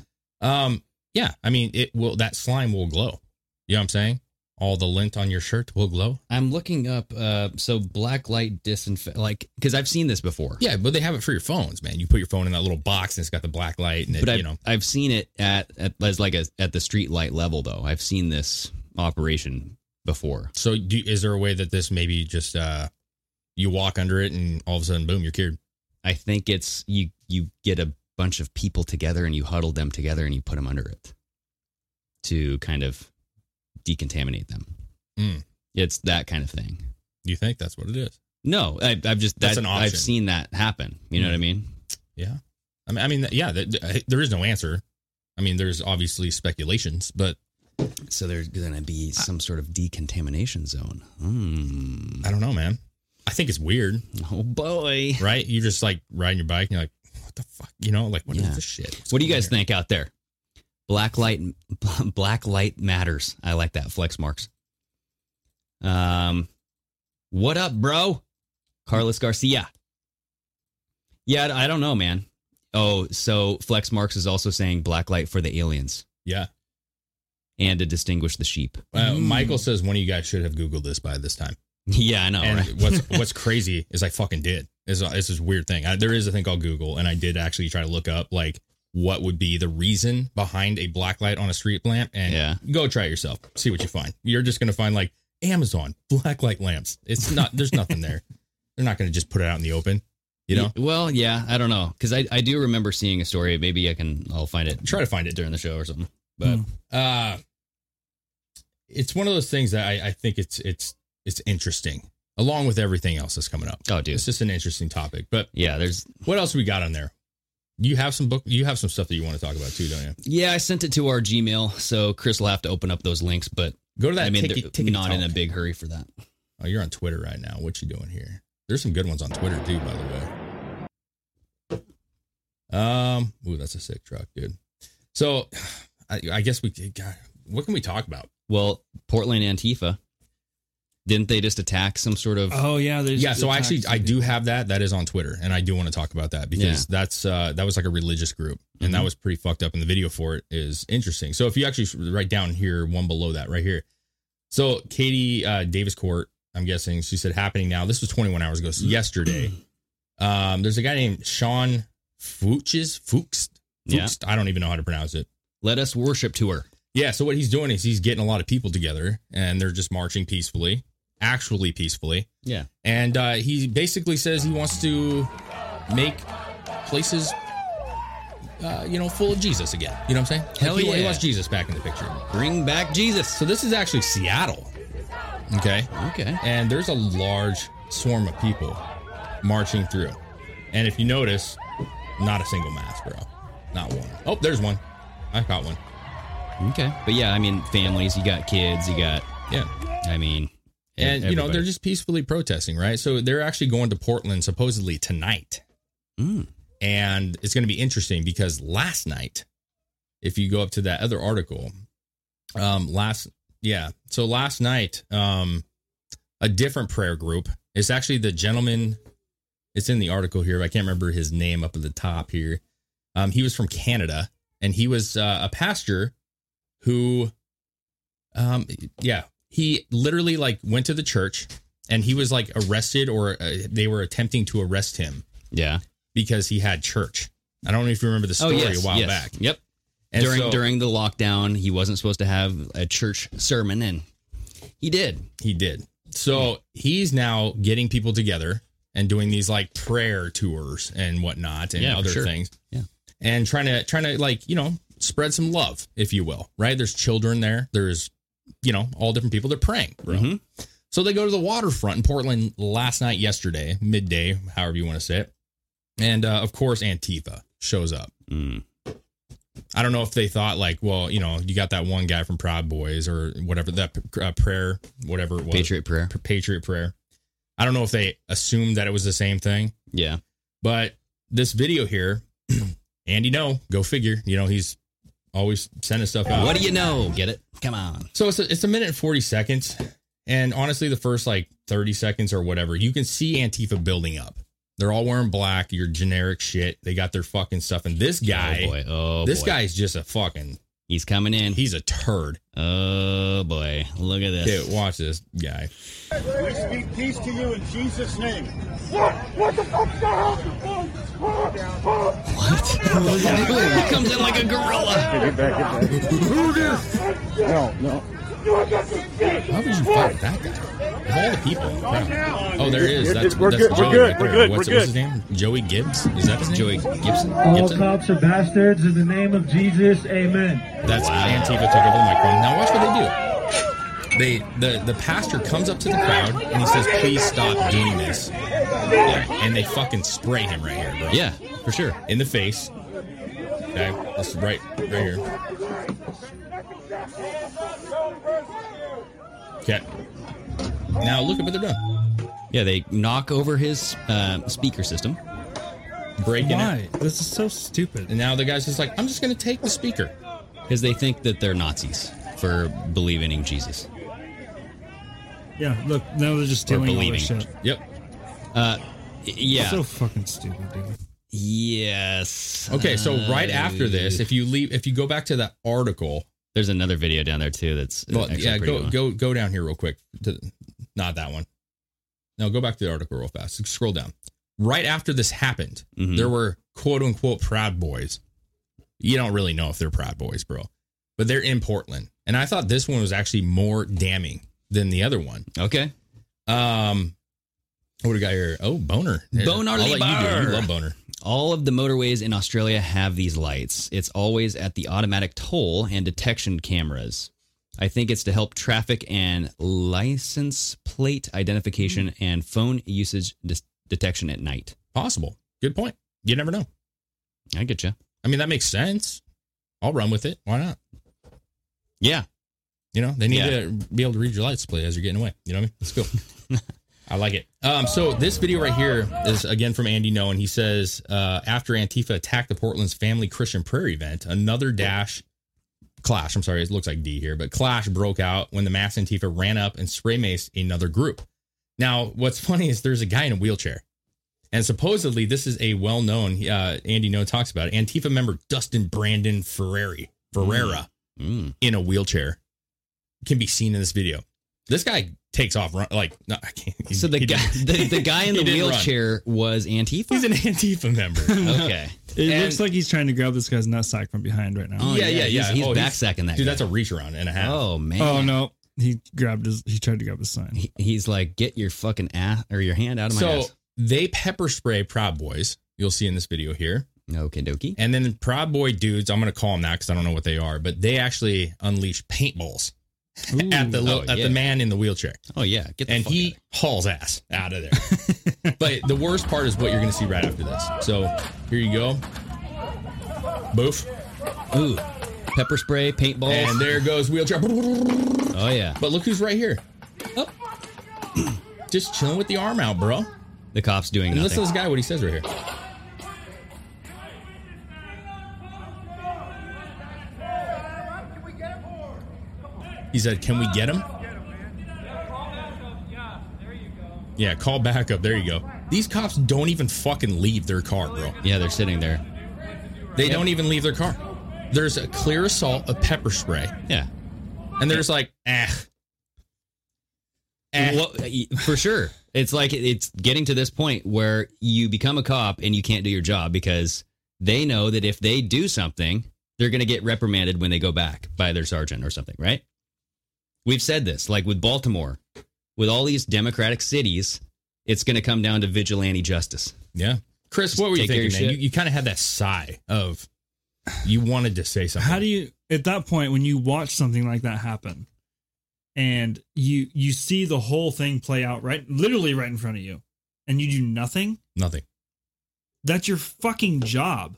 Speaker 7: going.
Speaker 6: Um, yeah. I mean, it will that slime will glow. You know what I'm saying? all the lint on your shirt will glow.
Speaker 7: I'm looking up. Uh, so black light disinfect, like because I've seen this before.
Speaker 6: Yeah, but they have it for your phones, man. You put your phone in that little box and it's got the black light, and it,
Speaker 7: but I've,
Speaker 6: you know,
Speaker 7: I've seen it at, at as like a, at the street light level though. I've seen this operation before.
Speaker 6: So, do, is there a way that this maybe just uh, you walk under it and all of a sudden, boom, you're cured?
Speaker 7: I think it's you you get a bunch of people together and you huddle them together and you put them under it to kind of decontaminate them.
Speaker 6: Mm.
Speaker 7: It's that kind of thing.
Speaker 6: You think that's what it is?
Speaker 7: No, I, I've just
Speaker 6: That's
Speaker 7: that,
Speaker 6: an option.
Speaker 7: I've seen that happen. You know
Speaker 6: Mm.
Speaker 7: what I mean?
Speaker 6: Yeah. I mean, I mean, yeah. th- th- there is no answer. I mean, there's obviously speculations, but
Speaker 7: So there's going to be some sort of decontamination zone. Hmm.
Speaker 6: I don't know, man. I think it's weird,
Speaker 7: Oh boy!
Speaker 6: right? You're just like riding your bike, and you're like, what the fuck? You know, like what is
Speaker 7: Yeah.
Speaker 6: this shit? What's
Speaker 7: what do you
Speaker 6: going
Speaker 7: guys
Speaker 6: on
Speaker 7: think out there? Black light, black light matters. I like that flex marks. Um, what up, bro? Carlos Garcia. Yeah, I don't know, man. Oh, so flex marks is also saying black light for the aliens
Speaker 6: here?
Speaker 7: and to distinguish the sheep.
Speaker 6: Yeah. Uh, Michael says one of you guys should have googled this by this time.
Speaker 7: Yeah, I know.
Speaker 6: and
Speaker 7: right?
Speaker 6: what's what's crazy is I fucking did. It's, a, it's this weird thing. I, there is a thing called Google, and I did actually try to look up like what would be the reason behind a black light on a street lamp, and
Speaker 7: Yeah.
Speaker 6: go try it yourself. See what you find. You're just gonna find like Amazon black light lamps. It's not. There's nothing there. They're not gonna just put it out in the open. You know.
Speaker 7: Y- Well, yeah, I don't know because I, I do remember seeing a story. Maybe I can I'll find it
Speaker 6: Try to find it
Speaker 7: during the show or something.
Speaker 6: but
Speaker 7: Hmm.
Speaker 6: uh it's one of those things that I, I think it's it's it's interesting along with everything else that's coming up
Speaker 7: Oh, dude.
Speaker 6: it's just an interesting topic but
Speaker 7: Yeah, there's
Speaker 6: what else we got on there you have some book you have some stuff that you want to talk about too don't you
Speaker 7: yeah. I sent it to our Gmail, so Chris will have to open up those links. But
Speaker 6: go to that
Speaker 7: I mean,
Speaker 6: ticky-
Speaker 7: they're
Speaker 6: tickety
Speaker 7: not in a
Speaker 6: talk.
Speaker 7: big hurry for that.
Speaker 6: oh you're on twitter right now what you doing here there's some good ones on twitter too by the way um ooh that's a sick truck dude so i, I guess we could- God, what can we talk about
Speaker 7: Well, Portland Antifa didn't they just attack some sort of?
Speaker 1: Oh yeah, there's
Speaker 6: yeah so
Speaker 1: there's
Speaker 6: actually
Speaker 1: tax
Speaker 6: i do
Speaker 1: season.
Speaker 6: have that that is on twitter and i do want to talk about that because that's uh that was like a religious group and that
Speaker 7: Mhm.
Speaker 6: was pretty fucked up and the video for it is interesting so if you actually right down here one below that right here so katie uh davis court i'm guessing she said happening now this was 21 hours ago so yesterday um there's a guy named sean fuchs fuchs
Speaker 7: Yeah.
Speaker 6: Fuchs? i don't even know how to pronounce it
Speaker 7: Let us worship to her.
Speaker 6: yeah, so what he's doing is he's getting a lot of people together and they're just marching peacefully, actually peacefully.
Speaker 7: Yeah.
Speaker 6: And uh, he basically says he wants to make places, uh, you know, full of Jesus again. You know what I'm saying?
Speaker 7: Hell
Speaker 6: he, He
Speaker 7: yeah.
Speaker 6: wants Jesus back in the picture.
Speaker 7: Bring back Jesus.
Speaker 6: So this is actually Seattle. Okay.
Speaker 7: Okay.
Speaker 6: And there's a large swarm of people marching through. And if you notice, not a single mask, bro. Not one. Oh, there's one. I caught one.
Speaker 7: Okay. But yeah, I mean, families. You got kids. You got.
Speaker 6: Yeah.
Speaker 7: I mean, e-,
Speaker 6: and you know
Speaker 7: everybody.
Speaker 6: they're just peacefully protesting right so they're actually going to portland supposedly tonight
Speaker 7: Mm.
Speaker 6: and it's going to be interesting because last night if you go up to that other article um last yeah so last night um a different prayer group it's actually the gentleman it's in the article here but i can't remember his name up at the top here um he was from canada and he was uh, a pastor who um yeah he literally like went to the church and he was like arrested or uh, they were attempting to arrest him
Speaker 7: yeah.
Speaker 6: because he had church i don't know if you remember the story
Speaker 7: Oh, yes,
Speaker 6: a while
Speaker 7: yes.
Speaker 6: back
Speaker 7: Yep.
Speaker 6: And
Speaker 7: during
Speaker 6: so
Speaker 7: during the lockdown, he wasn't supposed to have a church sermon, and he did.
Speaker 6: he did so he's now getting people together and doing these like prayer tours and whatnot and
Speaker 7: Yeah, for
Speaker 6: other
Speaker 7: sure.
Speaker 6: things
Speaker 7: Yeah.
Speaker 6: and trying to trying to like you know spread some love if you will right there's children there there's you know all different people they're praying bro
Speaker 7: Mhm.
Speaker 6: So they go to the waterfront in Portland last night, yesterday, midday, however you want to say it. And uh, of course, Antifa shows up.
Speaker 7: Mm.
Speaker 6: I don't know if they thought, like, well, you know, you got that one guy from Proud Boys or whatever, that uh, prayer, whatever it was.
Speaker 7: Patriot prayer.
Speaker 6: P- Patriot prayer. I don't know if they assumed that it was the same thing,
Speaker 7: Yeah.
Speaker 6: but this video here, Andy, no, go figure. You know, he's always sending stuff out.
Speaker 7: What do you know? Get it? Come on.
Speaker 6: So it's a, it's a minute and 40 seconds. And honestly, the first like 30 seconds or whatever, you can see Antifa building up. They're all wearing black, your generic shit. They got their fucking stuff. And this guy,
Speaker 7: Oh boy. Oh
Speaker 6: this
Speaker 7: boy.
Speaker 6: guy's just a fucking
Speaker 7: He's coming in.
Speaker 6: He's a turd.
Speaker 7: Oh boy, look at this.
Speaker 6: Dude, watch this guy.
Speaker 10: We speak peace to you in Jesus' name.
Speaker 11: What? What the fuck's the hell?
Speaker 7: What? What is he doing? He comes in like a gorilla.
Speaker 11: Who this?
Speaker 9: No, no.
Speaker 6: How would you fight that guy? Of all the people. in the crowd. Oh, there he is.
Speaker 9: You're-
Speaker 6: That's,
Speaker 9: we're
Speaker 6: that's
Speaker 9: good, we're
Speaker 6: Joey
Speaker 9: good,
Speaker 6: right
Speaker 9: we're
Speaker 6: there.
Speaker 9: good,
Speaker 6: What's,
Speaker 9: we're
Speaker 6: what's his name? Joey Gibbs? Is that his name? Joey Gibson?
Speaker 12: All
Speaker 6: Gibson?
Speaker 12: cops are bastards in the name of Jesus. Amen.
Speaker 6: That's Antifa took over the microphone. Now watch what they do. They the the pastor comes up to the crowd and he says, "Please stop doing this," and they fucking spray him right here, bro.
Speaker 7: Yeah, for sure,
Speaker 6: in the face. Okay, that's right, right here. Okay. Now look at what they're doing.
Speaker 7: Yeah, they knock over his uh, speaker system.
Speaker 6: Breaking
Speaker 1: Why? This is so stupid.
Speaker 6: And now the guy's just like, "I'm just gonna take the speaker."
Speaker 7: Because they think that they're Nazis for believing in Jesus.
Speaker 1: Yeah, look, now they're just stealing all
Speaker 7: believing.
Speaker 1: this shit.
Speaker 6: Yep.
Speaker 7: Uh, y- yeah.
Speaker 1: So fucking stupid, dude.
Speaker 7: yes. Uh,
Speaker 6: Okay, so right after this, if you leave, if you go back to that article,
Speaker 7: there's another video down there too. That's
Speaker 6: Well,
Speaker 7: actually
Speaker 6: yeah,
Speaker 7: pretty
Speaker 6: go
Speaker 7: good.
Speaker 6: go go down here real quick. To, not that one. No, go back to the article real fast. Scroll down. Right after this happened,
Speaker 7: Mhm.
Speaker 6: there were quote unquote Proud Boys. You don't really know if they're Proud Boys, bro, but they're in Portland, and I thought this one was actually more damning than the other one.
Speaker 7: Okay.
Speaker 6: Um, what do we got here? Oh, boner, Yeah,
Speaker 7: Boner
Speaker 6: I'll let you do it. You
Speaker 7: Lieber.
Speaker 6: love boner.
Speaker 7: All of the motorways in Australia have these lights. It's always at the automatic toll and detection cameras. I think it's to help traffic and license plate identification
Speaker 6: Mm-hmm.
Speaker 7: and phone usage dis- detection at night.
Speaker 6: Possible. Good point. You never know.
Speaker 7: I get you.
Speaker 6: I mean, that makes sense. I'll run with it. Why not?
Speaker 7: Yeah.
Speaker 6: You know, they need
Speaker 7: Yeah.
Speaker 6: to be able to read your lights plate as you're getting away. You know what I mean? It's cool. I like it. Um, so this video right here is again from Andy No, and he says uh, after Antifa attacked the Portland's Family Christian Prayer event, another dash clash. I'm sorry, it looks like D here, but clash broke out when the mass Antifa ran up and spray maced another group. Now, what's funny is there's a guy in a wheelchair, and supposedly this is a well-known uh, Andy No talks about it, Antifa member Dustin Brandon Ferrari Ferrera
Speaker 7: Mm.
Speaker 6: in a wheelchair can be seen in this video. This guy takes off run, like no, I can't. he-
Speaker 7: So the
Speaker 6: he
Speaker 7: guy,
Speaker 6: didn't-
Speaker 7: the, the guy in
Speaker 6: he
Speaker 7: the
Speaker 6: didn't run.
Speaker 7: wheelchair was Antifa.
Speaker 6: He's an Antifa member.
Speaker 7: okay.
Speaker 1: It
Speaker 6: And-
Speaker 1: looks like he's trying to grab this guy's nutsack from behind right now.
Speaker 7: Oh,
Speaker 6: yeah, yeah, yeah.
Speaker 7: yeah, he's- he's
Speaker 6: Oh,
Speaker 7: backsacking that guy.
Speaker 6: Dude, that's a reach around and a half.
Speaker 7: Oh man.
Speaker 1: Oh no, he grabbed his. He tried to grab his sign.
Speaker 7: He- he's like, get your fucking ass or your hand out of my
Speaker 6: so
Speaker 7: ass.
Speaker 6: they pepper spray Proud Boys. You'll see in this video here,
Speaker 7: Okay, dokie.
Speaker 6: and then Proud Boy dudes. I'm gonna call them that because I don't know what they are, but they actually unleash paintballs at the lo-
Speaker 7: Oh,
Speaker 6: at
Speaker 7: yeah.
Speaker 6: the man in the wheelchair.
Speaker 7: Oh yeah, get the
Speaker 6: and
Speaker 7: fuck
Speaker 6: he
Speaker 7: out.
Speaker 6: hauls ass out of there. but the worst part is what you're going to see right after this. So here you go. Boof.
Speaker 7: Ooh, pepper spray, paintballs.
Speaker 6: And there goes wheelchair. But
Speaker 7: oh yeah,
Speaker 6: look who's right here. Oh. Just chilling with the arm out, bro.
Speaker 7: the cops doing
Speaker 6: And listen
Speaker 7: nothing.
Speaker 6: to this guy, what he says right here. He said, Can we get him? Yeah, call backup. There you go. These cops don't even fucking leave their car, bro.
Speaker 7: yeah, they're sitting there.
Speaker 6: They don't even leave their car. There's a clear assault of pepper spray,
Speaker 7: Yeah,
Speaker 6: and they're just like, eh. Eh.
Speaker 7: Well, for sure. It's like it's getting to this point where you become a cop and you can't do your job because they know that if they do something, they're going to get reprimanded when they go back by their sergeant or something, right? We've said this, like with Baltimore, with all these democratic cities, it's going to come down to vigilante justice.
Speaker 6: Yeah. Chris,
Speaker 7: Just
Speaker 6: what were you
Speaker 7: take care of
Speaker 6: thinking,
Speaker 7: your
Speaker 6: man? You,
Speaker 7: shit.
Speaker 6: you kind of had that sigh of you wanted to say something.
Speaker 1: How do you at that point when you watch something like that happen and you you see the whole thing play out right literally right in front of you and you do nothing?
Speaker 6: Nothing.
Speaker 1: That's your fucking job.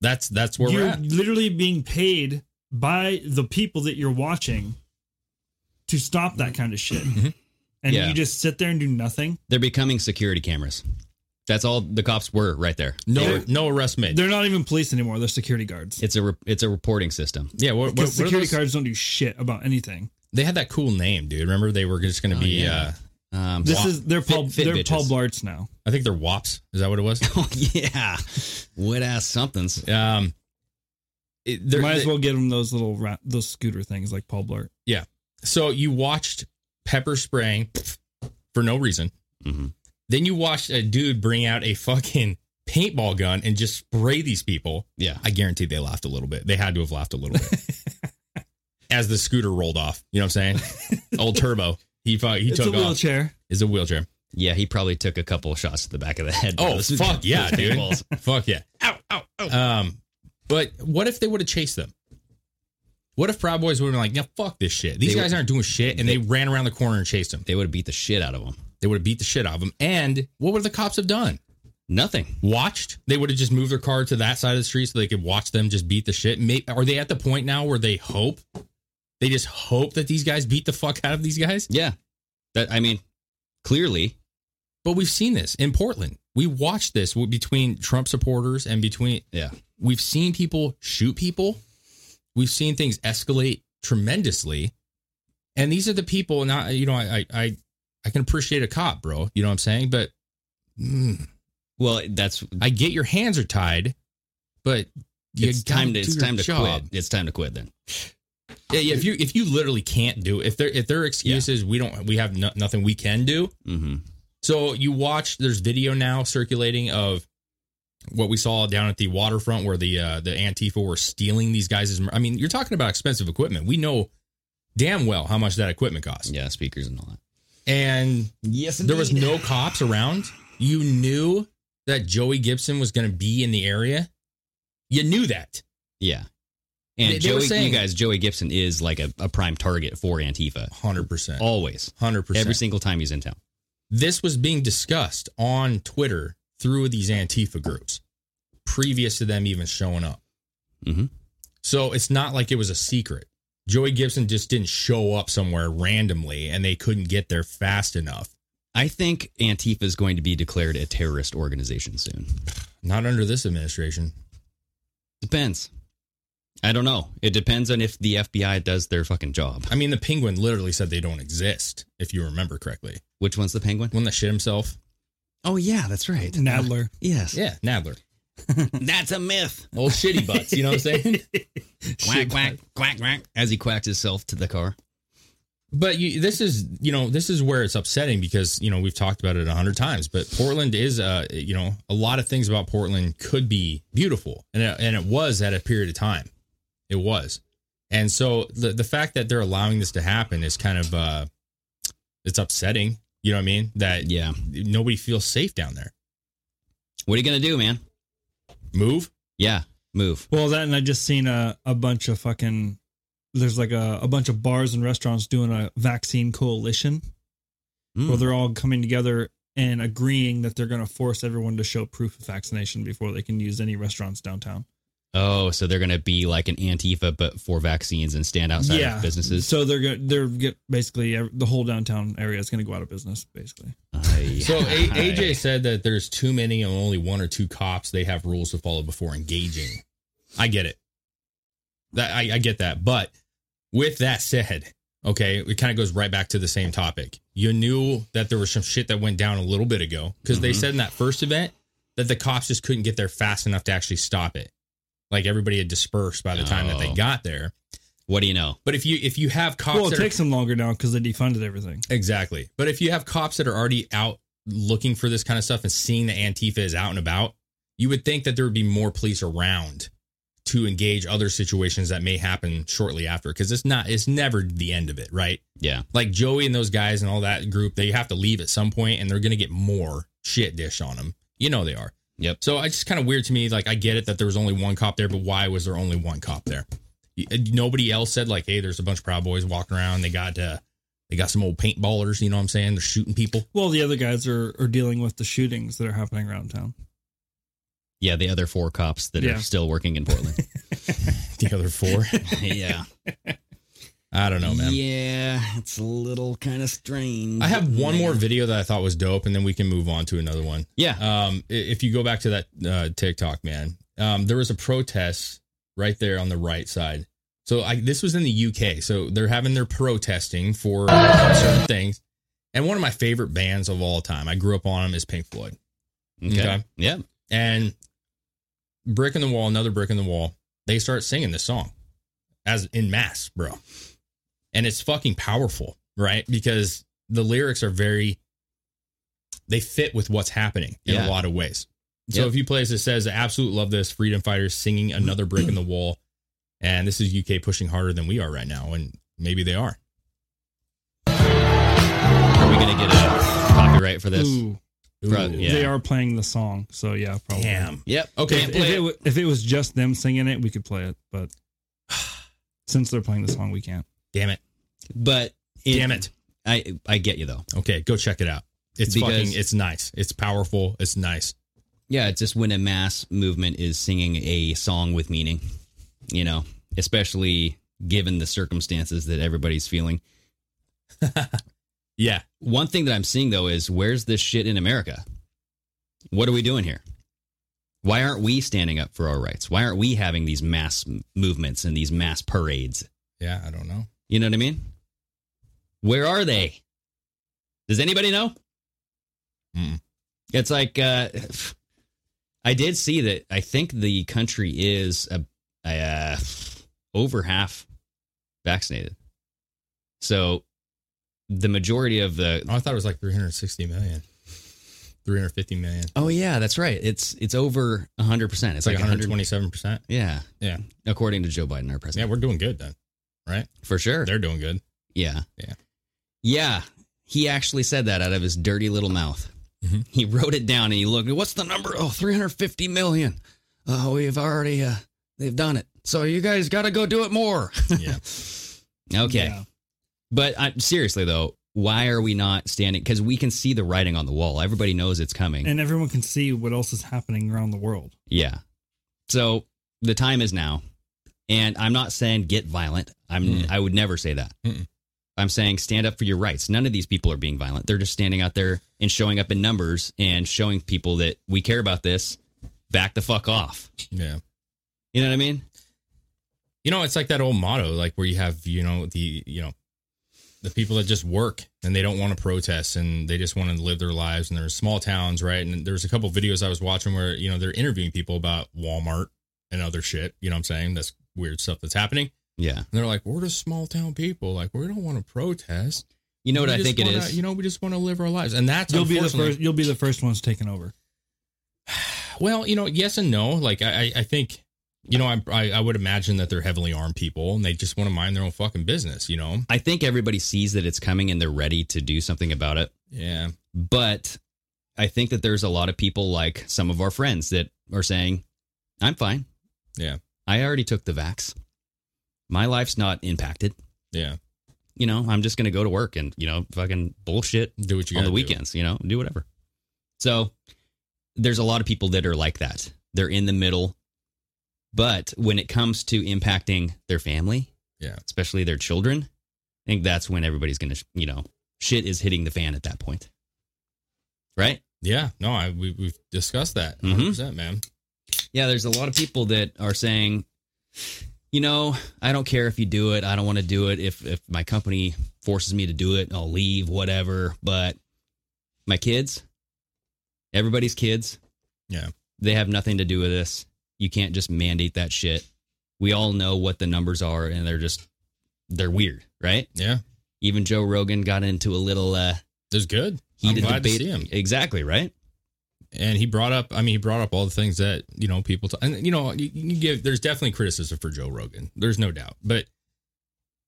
Speaker 6: That's that's where
Speaker 1: you're
Speaker 6: we're at.
Speaker 1: literally being paid by the people that you're watching to stop that kind of shit. and
Speaker 7: Mm-hmm. Yeah.
Speaker 1: you just sit there and do nothing.
Speaker 7: They're becoming security cameras. That's all the cops were right there.
Speaker 6: No,
Speaker 7: They-
Speaker 6: no arrest made.
Speaker 1: They're not even police anymore, they're security guards.
Speaker 7: it's a re- it's a reporting system.
Speaker 6: Yeah, what, what,
Speaker 1: Because
Speaker 6: what are
Speaker 1: security
Speaker 6: those-
Speaker 1: guards don't do shit about anything.
Speaker 6: They had that cool name, dude. Remember they were just going to
Speaker 7: Oh,
Speaker 6: be.
Speaker 7: yeah.
Speaker 6: uh
Speaker 7: Um,
Speaker 1: This
Speaker 7: wa-
Speaker 1: is they're
Speaker 7: fit-
Speaker 1: Paul
Speaker 7: fit
Speaker 1: they're
Speaker 7: bitches.
Speaker 1: Paul Blarts now.
Speaker 6: I think they're WAPs. Is that what it was?
Speaker 7: Oh yeah, wet ass somethings.
Speaker 6: um, it- there-
Speaker 1: Might as
Speaker 6: the-
Speaker 1: well get him those little ra- those scooter things like Paul Blart.
Speaker 6: Yeah. So you watched pepper spraying for no reason. Then you watched a dude bring out a fucking paintball gun and just spray these people.
Speaker 7: Yeah.
Speaker 6: I guarantee they laughed a little bit. They had to have laughed a little bit as the scooter rolled off. You know what I'm saying? Old Turbo. He fu- he
Speaker 1: It's
Speaker 6: took
Speaker 1: a wheelchair.
Speaker 6: Is a wheelchair.
Speaker 7: Yeah, he probably took a couple of shots to the back of the head.
Speaker 6: Oh,
Speaker 7: Those-
Speaker 6: fuck yeah,
Speaker 7: those
Speaker 6: dude.
Speaker 7: paintballs.
Speaker 6: fuck yeah. Ow, ow, ow. Um, but what if they would have chased them? What if Proud Boys would have been like, yeah, fuck this shit. These
Speaker 7: They
Speaker 6: guys
Speaker 7: would-
Speaker 6: aren't doing shit. And they, ran around the corner and chased them.
Speaker 7: They would have beat the shit out of them.
Speaker 6: They would have beat the shit out of them. And what would the cops have done?
Speaker 7: Nothing.
Speaker 6: Watched. They would have just moved their car to that side of the street so they could watch them just beat the shit. May- Are they at the point now where they hope? They just hope that these guys beat the fuck out of these guys?
Speaker 7: Yeah. That I mean, clearly.
Speaker 6: But we've seen this in Portland. We watched this w- between Trump supporters and between
Speaker 7: Yeah.
Speaker 6: we've seen people shoot people. We've seen things escalate tremendously. And these are the people and I you know, I I I, I can appreciate a cop, bro. You know what I'm saying? But mm,
Speaker 7: Well, that's
Speaker 6: I get your hands are tied, but you
Speaker 7: it's
Speaker 6: gotta
Speaker 7: time to
Speaker 6: do
Speaker 7: it's
Speaker 6: your
Speaker 7: time to
Speaker 6: job.
Speaker 7: quit. It's time to quit then.
Speaker 6: Yeah, yeah, if you if you literally can't do if there if there are excuses we don't we have no, nothing we can do.
Speaker 7: Mm-hmm.
Speaker 6: So you watch there's video now circulating of what we saw down at the waterfront where the uh, the Antifa were stealing these guys' mer- I mean, you're talking about expensive equipment. We know damn well how much that equipment costs.
Speaker 7: Yeah, speakers and all that.
Speaker 6: And
Speaker 7: Yes,
Speaker 6: there was no cops around. You knew that Joey Gibson was going to be in the area. You knew that.
Speaker 7: Yeah. And
Speaker 6: They- they were
Speaker 7: Joey,
Speaker 6: saying-
Speaker 7: you guys, Joey Gibson is like a, a prime target for Antifa.
Speaker 6: 100%.
Speaker 7: Always.
Speaker 6: 100%.
Speaker 7: Every single time he's in town.
Speaker 6: this was being discussed on Twitter through these Antifa groups previous to them even showing up.
Speaker 7: Mhm.
Speaker 6: So it's not like it was a secret. Joey Gibson just didn't show up somewhere randomly and they couldn't get there fast enough.
Speaker 7: I think Antifa is going to be declared a terrorist organization soon.
Speaker 6: Not under this administration.
Speaker 7: Depends. I don't know. It depends on if the FBI does their fucking job.
Speaker 6: I mean, the penguin literally said they don't exist, if you remember correctly.
Speaker 7: Which one's the penguin?
Speaker 6: One that shit himself.
Speaker 7: Oh yeah, that's right.
Speaker 1: Nadler.
Speaker 7: Yes.
Speaker 6: Yeah, Nadler.
Speaker 7: That's a myth.
Speaker 6: Old shitty butts, you know what I'm saying?
Speaker 7: Quack quack quack quack as he quacked himself to the car.
Speaker 6: But you, this is, you know, this is where it's upsetting because you know we've talked about it a hundred times. But Portland is, uh, you know, a lot of things about Portland could be beautiful, and it, and it was at a period of time, it was, and so the the fact that they're allowing this to happen is kind of, uh, it's upsetting. You know what I mean? That
Speaker 7: Yeah.
Speaker 6: nobody feels safe down there.
Speaker 7: What are you gonna do, man?
Speaker 6: Move.
Speaker 7: Yeah, move.
Speaker 1: Well, that and I just seen a, a bunch of fucking. There's like a, a bunch of bars and restaurants doing a vaccine coalition
Speaker 7: Mm.
Speaker 6: Hmm.
Speaker 1: where they're all coming together and agreeing that they're going to force everyone to show proof of vaccination before they can use any restaurants downtown.
Speaker 7: Oh, so they're gonna be like an Antifa but for vaccines and stand outside of businesses.
Speaker 1: So they're go- they're get basically ev- the whole downtown area is going to go out of business. Basically,
Speaker 7: Aye.
Speaker 6: So a- AJ said that there's too many and only one or two cops. They have rules to follow before engaging. I get it. That I, I get that. But with that said, okay, it kind of goes right back to the same topic. You knew that there was some shit that went down a little bit ago because they
Speaker 1: Mm-hmm.
Speaker 6: said in that first event that the cops just couldn't get there fast enough to actually stop it. Like everybody had dispersed by the time that they
Speaker 7: Oh.
Speaker 6: got there.
Speaker 7: What do you know?
Speaker 6: But if you if you have cops,
Speaker 1: well, it
Speaker 6: that are-
Speaker 1: takes them longer now because they defunded everything.
Speaker 6: Exactly. But if you have cops that are already out looking for this kind of stuff and seeing that Antifa is out and about, you would think that there would be more police around to engage other situations that may happen shortly after because it's not it's never the end of it, right?
Speaker 7: Yeah.
Speaker 6: Like Joey and those guys and all that group, they have to leave at some point and they're going to get more shit dish on them. You know they are.
Speaker 7: Yep.
Speaker 6: So it's just kind of weird to me. Like I get it that there was only one cop there, but why was there only one cop there? Y- uh, Nobody else said like, "Hey, there's a bunch of Proud Boys walking around. They got uh, they got some old paintballers. You know what I'm saying? They're shooting people."
Speaker 1: Well, the other guys are are dealing with the shootings that are happening around town.
Speaker 7: Yeah, the other four cops that
Speaker 1: Yeah.
Speaker 7: are still working in Portland.
Speaker 6: The other four,
Speaker 7: yeah.
Speaker 6: I don't know, man.
Speaker 7: Yeah, it's a little kind of strange.
Speaker 6: I have one more video that I thought was dope, and then we can move on to another one.
Speaker 7: Yeah.
Speaker 6: Um, i- if you go back to that uh, TikTok, man, um, there was a protest right there on the right side. So I, this was in the UK. So they're having their protesting for certain things. And one of my favorite bands of all time, I grew up on them, is Pink Floyd.
Speaker 7: Okay.
Speaker 6: Okay.
Speaker 7: Yeah.
Speaker 6: And brick in the wall, another brick in the wall. they start singing this song as in mass, bro. And it's fucking powerful, right? Because the lyrics are very they fit with what's happening in
Speaker 7: Yeah.
Speaker 6: a lot of ways. So
Speaker 7: Yep.
Speaker 6: if you play this, it says absolute love this freedom fighters singing another brick in the wall. And this is UK pushing harder than we are right now. And maybe they are.
Speaker 7: Are we gonna get a copyright for this?
Speaker 1: Ooh.
Speaker 7: Pro-
Speaker 1: Ooh.
Speaker 7: yeah.
Speaker 1: They are playing the song, so yeah,
Speaker 7: Oh,
Speaker 1: probably.
Speaker 6: Damn.
Speaker 7: Yep.
Speaker 6: Okay,
Speaker 1: If, if
Speaker 6: play
Speaker 1: it,
Speaker 6: it.
Speaker 1: wa- if it was just them singing it, we could play it, but since they're playing the song, we can't.
Speaker 6: Damn it.
Speaker 7: But
Speaker 6: Damn it.
Speaker 7: I I get you though.
Speaker 6: Okay, go check it out. It's
Speaker 7: Because-
Speaker 6: fucking it's nice. It's powerful. It's nice.
Speaker 7: Yeah, it's just when a mass movement is singing a song with meaning, you know, especially given the circumstances that everybody's feeling.
Speaker 6: yeah.
Speaker 7: One thing that I'm seeing though is where's this shit in America? What are we doing here? Why aren't we standing up for our rights? Why aren't we having these mass m- movements and these mass parades?
Speaker 6: Yeah, I don't know.
Speaker 7: You know what I mean? Where are they? Does anybody know?
Speaker 6: Mm.
Speaker 7: It's like uh, I did see that. I think the country is a, uh, over half vaccinated, so the majority of the
Speaker 6: Oh, I thought it was like 360 million. 350 million.
Speaker 7: oh yeah, that's right. It's it's over hundred percent.
Speaker 6: It's like 127%.
Speaker 7: Yeah,
Speaker 6: Yeah.
Speaker 7: according to Joe Biden, our president.
Speaker 6: Yeah, we're doing good then. Right?
Speaker 7: for sure.
Speaker 6: They're doing good.
Speaker 7: Yeah.
Speaker 6: Yeah.
Speaker 7: Yeah. He actually said that out of his dirty little mouth.
Speaker 6: Mhm.
Speaker 7: He wrote it down and he looked, what's the number? Oh, 350 million. Oh, we've already, uh, they've done it. So you guys got to go do it more.
Speaker 6: Yeah.
Speaker 7: Okay.
Speaker 1: Yeah.
Speaker 7: But I, seriously, though, why are we not standing? Because we can see the writing on the wall. Everybody knows it's coming.
Speaker 1: And everyone can see what else is happening around the world.
Speaker 7: Yeah. So the time is now. And I'm not saying get violent. I'm
Speaker 6: Mm.
Speaker 7: I would never say that.
Speaker 6: Mm-mm.
Speaker 7: I'm saying stand up for your rights. None of these people are being violent. They're just standing out there and showing up in numbers and showing people that we care about this. Back the fuck off.
Speaker 6: Yeah.
Speaker 7: You know what I mean?
Speaker 6: You know, it's like that old motto, like where you have, you know, the, you know, the people that just work and they don't want to protest and they just want to live their lives. And there's small towns, right? And there's a couple videos I was watching where, you know, they're interviewing people about Walmart and other shit. You know what I'm saying? That's weird stuff that's happening.
Speaker 7: Yeah.
Speaker 6: And they're like, we're just small town people. Like, we don't want to protest.
Speaker 7: You know what
Speaker 6: We
Speaker 7: I
Speaker 6: just
Speaker 7: think it
Speaker 6: wanna-
Speaker 7: is?
Speaker 6: You know, we just want to live our lives. And that's
Speaker 1: You'll be the
Speaker 6: unfortunately-
Speaker 1: first. You'll be the first ones taken over.
Speaker 6: Well, you know, yes and no. Like I, I- I think, you know, I, I, I would imagine that they're heavily armed people and they just want to mind their own fucking business. You know.
Speaker 7: I think everybody sees that it's coming and they're ready to do something about it.
Speaker 6: Yeah.
Speaker 7: But I think that there's a lot of people like some of our friends that are saying, I'm fine.
Speaker 6: Yeah.
Speaker 7: I already took the vax. My life's not impacted.
Speaker 6: Yeah.
Speaker 7: You know, I'm just going to go to work and, you know, fucking bullshit
Speaker 6: Do what you
Speaker 7: on
Speaker 6: gotta
Speaker 7: the
Speaker 6: do.
Speaker 7: weekends, you know, do whatever. So there's a lot of people that are like that. They're in the middle. But when it comes to impacting their family,
Speaker 6: Yeah.
Speaker 7: especially their children, I think that's when everybody's going to, you know, shit is hitting the fan at that point. Right?
Speaker 6: Yeah. No, I we we've discussed that.
Speaker 7: Mhm.
Speaker 6: 100%, man.
Speaker 7: Yeah, there's a lot of people that are saying, you know, I don't care if you do it. I don't want to do it. If if my company forces me to do it, I'll leave, whatever. But my kids, everybody's kids,
Speaker 6: Yeah.
Speaker 7: they have nothing to do with this. You can't just mandate that shit. We all know what the numbers are and they're just they're weird, right?
Speaker 6: Yeah.
Speaker 7: Even Joe Rogan got into a little uh
Speaker 6: There's good. I'm
Speaker 7: heated
Speaker 6: glad
Speaker 7: debate.
Speaker 6: to see him.
Speaker 7: Exactly, right?
Speaker 6: And he brought up. I mean, he brought up all the things that you know people. T- and you know, you, you give. There's definitely criticism for Joe Rogan. There's no doubt. But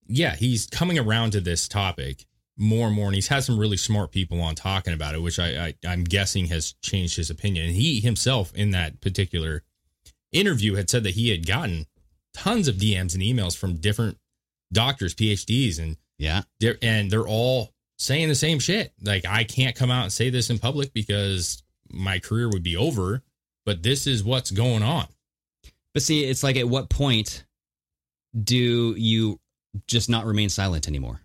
Speaker 6: yeah, he's coming around to this topic more and more, and he's had some really smart people on talking about it, which I, I I'm guessing has changed his opinion. And he himself, in that particular interview, had said that he had gotten tons of DMs and emails from different doctors, PhDs, and
Speaker 7: Yeah.
Speaker 6: they're, and they're all saying the same shit. Like I can't come out and say this in public because my career would be over, but this is what's going on.
Speaker 7: But see, it's like at what point do you just not remain silent anymore?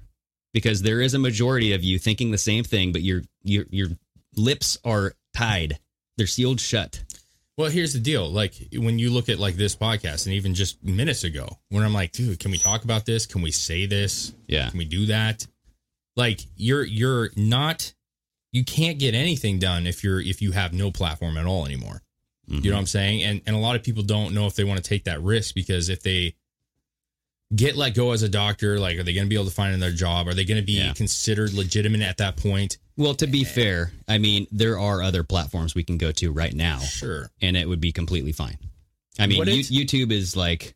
Speaker 7: Because there is a majority of you thinking the same thing, but your your your lips are tied. They're sealed shut.
Speaker 6: Well, here's the deal. Like when you look at like this podcast and even just minutes ago when I'm like, dude, can we talk about this? Can we say this?
Speaker 7: Yeah.
Speaker 6: Can we do that? Like you're you're not you can't get anything done if you're if you have no platform at all anymore.
Speaker 1: Mm-hmm.
Speaker 6: You know what I'm saying? And and a lot of people don't know if they want to take that risk because if they get let go as a doctor, like are they going to be able to find another job? Are they going to be considered legitimate at that point?
Speaker 7: Well, to be fair, I mean, there are other platforms we can go to right now.
Speaker 6: Sure.
Speaker 7: And it would be completely fine. I mean,
Speaker 6: What
Speaker 7: you,
Speaker 6: if-
Speaker 7: YouTube is like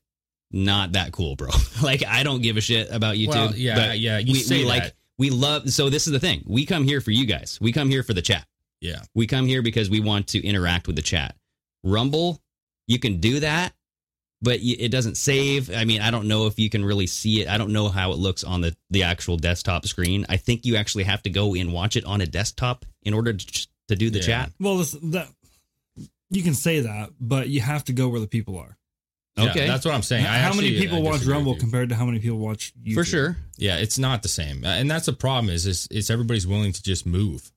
Speaker 7: not that cool, bro. like, I don't give a shit about YouTube.
Speaker 6: Well, yeah, yeah, you
Speaker 7: we,
Speaker 6: say
Speaker 7: we like,
Speaker 6: that.
Speaker 7: we love, so this is the thing. We come here for you guys. We come here for the chat.
Speaker 6: Yeah.
Speaker 7: We come here because we want to interact with the chat. Rumble, you can do that, but y- it doesn't save. I mean, I don't know if you can really see it. I don't know how it looks on the, the actual desktop screen. I think you actually have to go and watch it on a desktop in order to, ch- to do the chat.
Speaker 1: Well, this, that you can say that, but you have to go where the people are.
Speaker 6: Yeah, that's what I'm saying. I
Speaker 1: how many
Speaker 6: actually-
Speaker 1: people
Speaker 6: I
Speaker 1: watch
Speaker 6: disagree with
Speaker 1: Rumble
Speaker 6: you.
Speaker 1: compared to how many people watch YouTube?
Speaker 6: For sure. Yeah, it's not the same. Uh, And that's the problem is is it's everybody's willing to just move.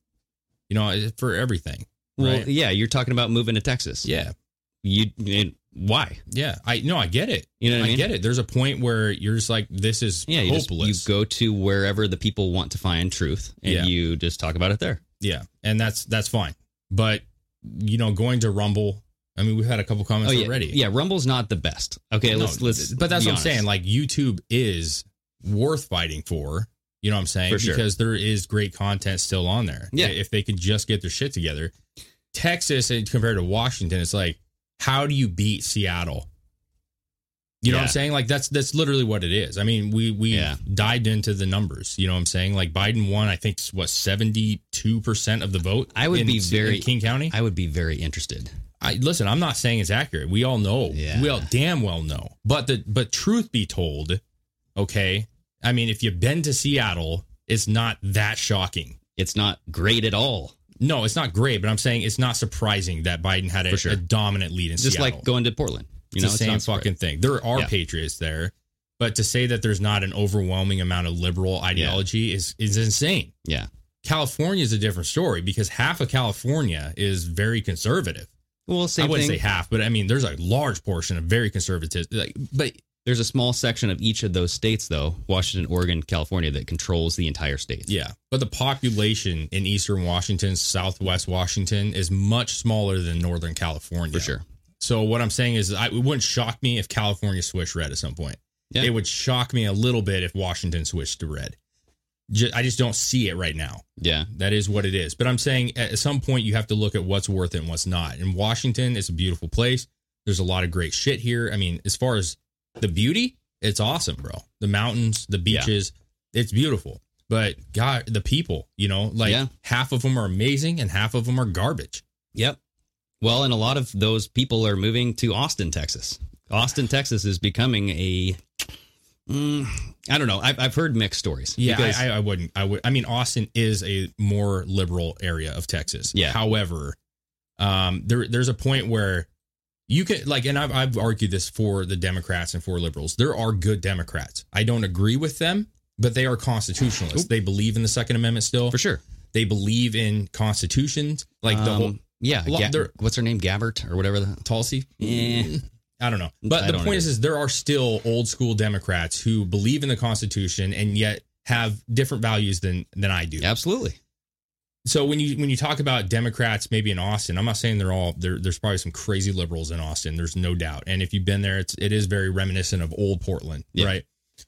Speaker 6: You know, it- for everything.
Speaker 7: Well,
Speaker 6: right?
Speaker 7: yeah, you're talking about moving to Texas.
Speaker 6: Yeah.
Speaker 7: You, you- why?
Speaker 6: Yeah. I no, I get it.
Speaker 7: You know what I mean?
Speaker 6: get it. There's a point where you're just like this is
Speaker 7: Yeah, you, just-
Speaker 6: hopeless.
Speaker 7: you go to wherever the people want to find truth and
Speaker 6: Yeah.
Speaker 7: you just talk about it there.
Speaker 6: Yeah, and that's that's fine. But you know, going to Rumble, I mean, we've had a couple comments
Speaker 7: Oh, yeah,
Speaker 6: already.
Speaker 7: Yeah, Rumble's not the best. Okay,
Speaker 6: No,
Speaker 7: let's let's
Speaker 6: But that's
Speaker 7: be
Speaker 6: what I'm
Speaker 7: honest.
Speaker 6: saying. Like YouTube is worth fighting for. You know what I'm saying?
Speaker 7: For sure.
Speaker 6: Because there is great content still on there.
Speaker 7: Yeah.
Speaker 6: If they could just get their shit together. Texas and compared to Washington, it's like, how do you beat Seattle? You know what
Speaker 7: Yeah.
Speaker 6: I'm saying? Like that's that's literally what it is. I mean, we we dived into the numbers. You know what I'm saying? Like Biden won, I think what seventy two percent of the vote.
Speaker 7: I would
Speaker 6: in-
Speaker 7: be
Speaker 6: in
Speaker 7: very
Speaker 6: King County.
Speaker 7: I would be very interested.
Speaker 6: I listen, I'm not saying it's accurate. We all know.
Speaker 7: Yeah.
Speaker 6: We all damn well know. But the but truth be told, okay, I mean, if you've been to Seattle, it's not that shocking.
Speaker 7: It's not great at all.
Speaker 6: No, it's not great, but I'm saying it's not surprising that Biden had a,
Speaker 7: For sure.
Speaker 6: a dominant lead in
Speaker 7: Just
Speaker 6: Seattle.
Speaker 7: like going to Portland. You know,
Speaker 6: it's
Speaker 7: it's
Speaker 6: the same
Speaker 7: not spread.
Speaker 6: fucking thing. There are
Speaker 7: Yeah.
Speaker 6: patriots there, but to say that there's not an overwhelming amount of liberal ideology is is insane.
Speaker 7: Yeah.
Speaker 6: California is a different story because half of California is very conservative.
Speaker 7: Well, same
Speaker 6: I wouldn't
Speaker 7: thing.
Speaker 6: say half, but I mean, there's a large portion of very conservative. Like, but
Speaker 7: There's a small section of each of those states though, Washington, Oregon, California that controls the entire state.
Speaker 6: yeah, but the population in Eastern Washington, Southwest Washington is much smaller than Northern California.
Speaker 7: For sure.
Speaker 6: So what I'm saying is, I, it wouldn't shock me if California switched red at some point.
Speaker 7: Yeah.
Speaker 6: It would shock me a little bit if Washington switched to red. Ju- I just don't see it right now.
Speaker 7: Yeah.
Speaker 6: That is what it is. But I'm saying at some point you have to look at what's worth it and what's not. And Washington is a beautiful place. There's a lot of great shit here. I mean, as far as the beauty, it's awesome, bro. The mountains, the beaches, it's beautiful. But God, the people, you know, like
Speaker 7: Yeah.
Speaker 6: half of them are amazing and half of them are garbage.
Speaker 7: Yep. Well, and a lot of those people are moving to Austin, Texas. Austin, Texas is becoming a. Mm, I don't know. I've, I've heard mixed stories.
Speaker 6: Yeah,
Speaker 7: Because-
Speaker 6: I, I, I wouldn't. I would. I mean, Austin is a more liberal area of Texas.
Speaker 7: Yeah.
Speaker 6: However, um, there there's a point where you can like, and I've I've argued this for the Democrats and for liberals. There are good Democrats. I don't agree with them, but they are constitutionalists. They believe in the Second Amendment still
Speaker 7: for sure.
Speaker 6: They believe in constitutions, like the
Speaker 7: Um,
Speaker 6: whole
Speaker 7: Yeah.
Speaker 6: Lo-
Speaker 7: Ga-
Speaker 6: there-
Speaker 7: what's her name? Gabbert or whatever. The,
Speaker 6: Tulsi. Mm.
Speaker 7: Eh.
Speaker 6: I don't know.
Speaker 7: I
Speaker 6: But the
Speaker 7: don't
Speaker 6: point is,
Speaker 7: agree.
Speaker 6: is there are still old school Democrats who believe in the Constitution and yet have different values than than I do.
Speaker 7: absolutely.
Speaker 6: So when you when you talk about Democrats, maybe in Austin, I'm not saying they're all there. There's probably some crazy liberals in Austin. There's no doubt. And if you've been there, it's it is very reminiscent of old Portland,
Speaker 7: Yeah.
Speaker 6: right?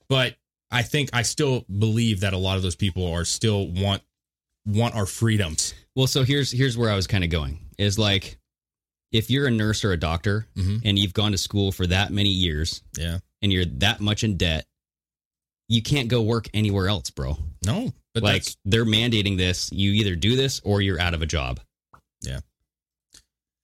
Speaker 6: But I think I still believe that a lot of those people are still want want our freedoms.
Speaker 7: Well, so here's here's where I was kind of going is like, if you're a nurse or a doctor
Speaker 6: Mhm.
Speaker 7: and you've gone to school for that many years
Speaker 6: Yeah.
Speaker 7: and you're that much in debt, you can't go work anywhere else, bro.
Speaker 6: No. But
Speaker 7: like
Speaker 6: that's,
Speaker 7: they're mandating this. You either do this or you're out of a job.
Speaker 6: Yeah.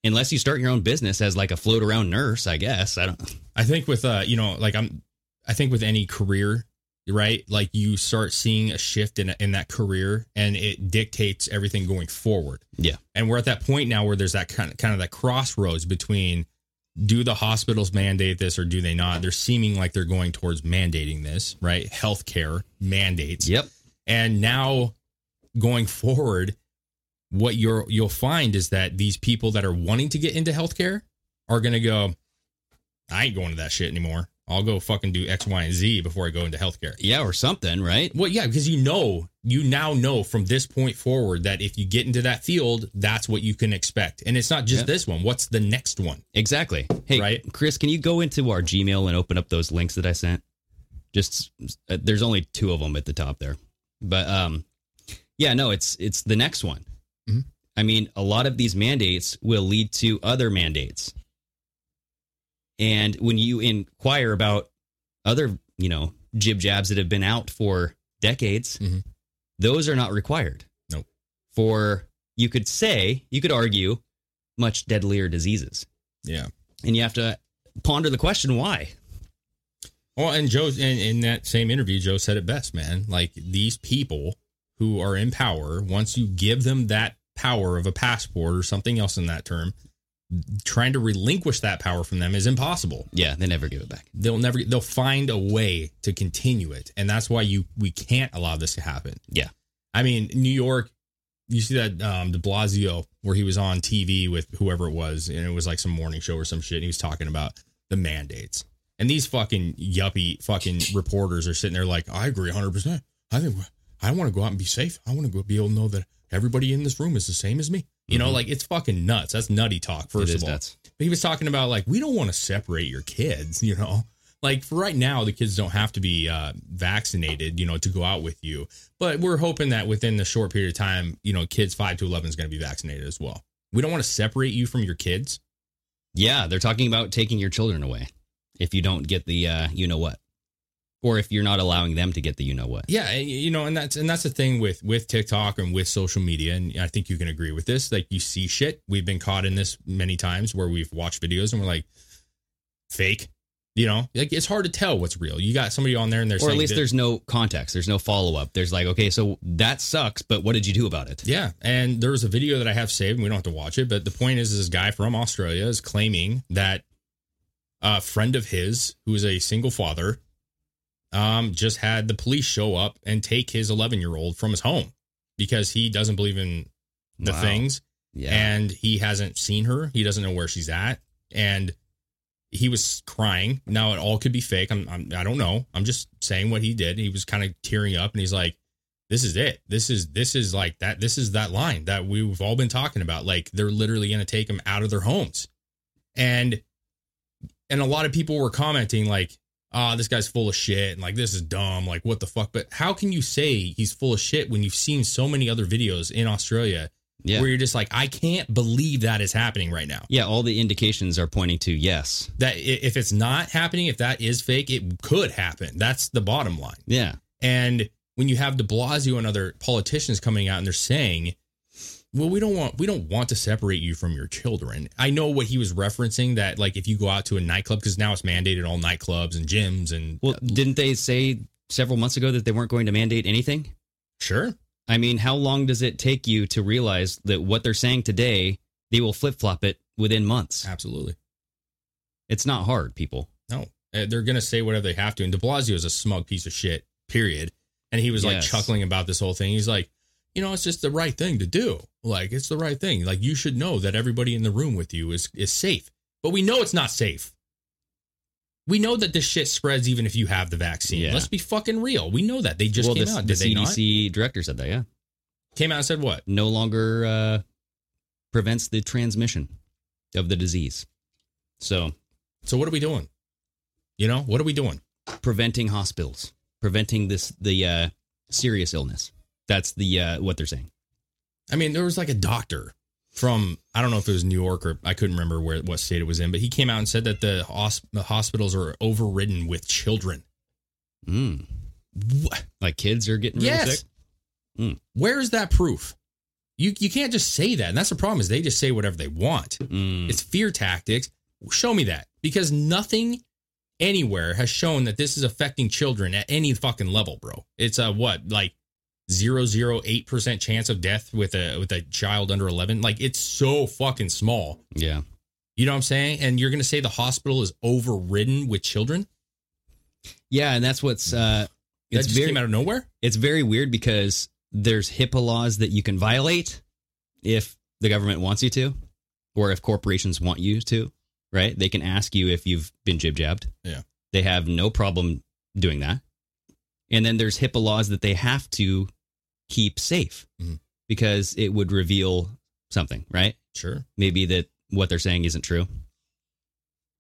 Speaker 7: Unless you start your own business as like a float around nurse, I guess. I don't.
Speaker 6: I think with uh, you know, like I'm, I think with any career, right? Like you start seeing a shift in in that career, and it dictates everything going forward.
Speaker 7: Yeah.
Speaker 6: and we're at that point now where there's that kind of kind of that crossroads between do the hospitals mandate this or do they not? They're seeming like they're going towards mandating this, right? Healthcare mandates.
Speaker 7: Yep.
Speaker 6: And now going forward, what you're you'll find is that these people that are wanting to get into healthcare are gonna go, I ain't going to that shit anymore. I'll go fucking do X, Y, and Z before I go into healthcare.
Speaker 7: Yeah, or something, right?
Speaker 6: Well, yeah, because you know, you now know from this point forward that if you get into that field, that's what you can expect. And it's not just
Speaker 7: Yep.
Speaker 6: this one. What's the next one?
Speaker 7: Exactly. Hey, Chris, can you go into our Gmail and open up those links that I sent? Just uh, there's only two of them at the top there, but um, yeah, no, it's it's the next one.
Speaker 6: Mhm.
Speaker 7: I mean, a lot of these mandates will lead to other mandates, and when you inquire about other, you know, jib jabs that have been out for decades, those are not required.
Speaker 6: Nope.
Speaker 7: For you could say, you could argue, much deadlier diseases
Speaker 6: Yeah.
Speaker 7: and you have to ponder the question why
Speaker 6: Well, and Joe, in, in that same interview, Joe said it best, man. Like these people who are in power, once you give them that power of a passport or something else in that term, trying to relinquish that power from them is impossible.
Speaker 7: yeah they never give it back
Speaker 6: They'll never. They'll find a way to continue it, and that's why you we can't allow this to happen.
Speaker 7: yeah
Speaker 6: I mean, New York, you see that um, de Blasio where he was on TV with whoever it was, and it was like some morning show or some shit, and he was talking about the mandates. And these fucking yuppie fucking reporters are sitting there like, I agree 100%. I think I want to go out and be safe. I want to go be able to know that everybody in this room is the same as me. You know,
Speaker 7: Mhm.
Speaker 6: like it's fucking nuts. That's nutty talk, first
Speaker 7: It
Speaker 6: of
Speaker 7: is
Speaker 6: all.
Speaker 7: nuts.
Speaker 6: But he was talking about like, we don't want to separate your kids, you know? Like for right now, the kids don't have to be uh, vaccinated, you know, to go out with you. But we're hoping that within the short period of time, you know, kids five to 11 is going to be vaccinated as well. We don't want to separate you from your kids.
Speaker 7: yeah they're talking about taking your children away if you don't get the uh, you know what or if you're not allowing them to get the you know what
Speaker 6: Yeah, and, you know, and that's and that's the thing with with TikTok and with social media, and I think you can agree with this. Like you see shit. We've been caught in this many times where we've watched videos and we're like, fake. You know, like it's hard to tell what's real. You got somebody on there and they're
Speaker 7: or at
Speaker 6: saying
Speaker 7: least
Speaker 6: that-
Speaker 7: there's no context there's no follow-up there's like okay so that sucks but what did you do about it
Speaker 6: Yeah, and there was a video that I have saved. and We don't have to watch it, but the point is, this guy from Australia is claiming that a friend of his, who is a single father, um, just had the police show up and take his 11 year old from his home because he doesn't believe in the
Speaker 7: Wow.
Speaker 6: things,
Speaker 7: Yeah.
Speaker 6: and he hasn't seen her. He doesn't know where she's at, and he was crying. Now it all could be fake. I'm, I'm I don't know. I'm just saying what he did. He was kind of tearing up, and he's like this is it. This is this is like that. This is that line that we've all been talking about. Like they're literally going to take them out of their homes, and and a lot of people were commenting like, "Ah, this guy's full of shit," and like this is dumb. Like what the fuck? But how can you say he's full of shit when you've seen so many other videos in Australia
Speaker 7: Yeah.
Speaker 6: where you're just like, I can't believe that is happening right now.
Speaker 7: yeah all the indications are pointing to yes
Speaker 6: That i- if it's not happening, if that is fake, it could happen. That's the bottom line.
Speaker 7: yeah
Speaker 6: And when you have De Blasio and other politicians coming out and they're saying, "Well, we don't want we don't want to separate you from your children." I know what he was referencing that like if you go out to a nightclub because now it's mandated all nightclubs and gyms and
Speaker 7: well didn't they say several months ago that they weren't going to mandate anything
Speaker 6: sure
Speaker 7: I mean, how long does it take you to realize that what they're saying today, they will flip flop it within months?
Speaker 6: absolutely
Speaker 7: It's not hard, people.
Speaker 6: no Uh, they're gonna say whatever they have to. And De Blasio is a smug piece of shit. Period. And he was like
Speaker 7: Yes.
Speaker 6: chuckling about this whole thing. He's like, you know, it's just the right thing to do. Like it's the right thing. Like you should know that everybody in the room with you is is safe. But we know it's not safe. We know that this shit spreads even if you have the vaccine.
Speaker 7: Yeah.
Speaker 6: Let's be fucking real. We know that. They just
Speaker 7: well,
Speaker 6: came
Speaker 7: the,
Speaker 6: out.
Speaker 7: the
Speaker 6: Did they not?
Speaker 7: CDC director said that, yeah.
Speaker 6: Came out and said what?
Speaker 7: No longer uh, prevents the transmission of the disease. So,
Speaker 6: So what are we doing? You know, what are we doing?
Speaker 7: preventing hospitals, preventing this the uh, serious illness. That's the uh, what they're saying.
Speaker 6: I mean, there was like a doctor from I don't know if it was New York or I couldn't remember where what state it was in, but he came out and said that the, hos- the hospitals are overridden with children.
Speaker 7: Mm.
Speaker 6: What?
Speaker 7: Like kids are getting really
Speaker 6: Yes.
Speaker 7: sick. Mm.
Speaker 6: Where is that proof? You you can't just say that. And that's the problem is they just say whatever they want.
Speaker 7: Mm.
Speaker 6: It's fear tactics. Show me that because nothing anywhere has shown that this is affecting children at any fucking level, bro. It's a what like 008% chance of death with a with a child under 11. Like it's so fucking small.
Speaker 7: yeah.
Speaker 6: You know what I'm saying? And you're going to say the hospital is overridden with children?
Speaker 7: Yeah, and that's what's uh
Speaker 6: That
Speaker 7: it's
Speaker 6: just
Speaker 7: very
Speaker 6: came out of nowhere?
Speaker 7: it's very weird because there's HIPAA laws that you can violate if the government wants you to or if corporations want you to, right? They can ask you if you've been jib jabbed.
Speaker 6: Yeah.
Speaker 7: They have no problem doing that. And then there's HIPAA laws that they have to keep safe
Speaker 6: Mm-hmm.
Speaker 7: because it would reveal something, right?
Speaker 6: Sure.
Speaker 7: Maybe that what they're saying isn't true.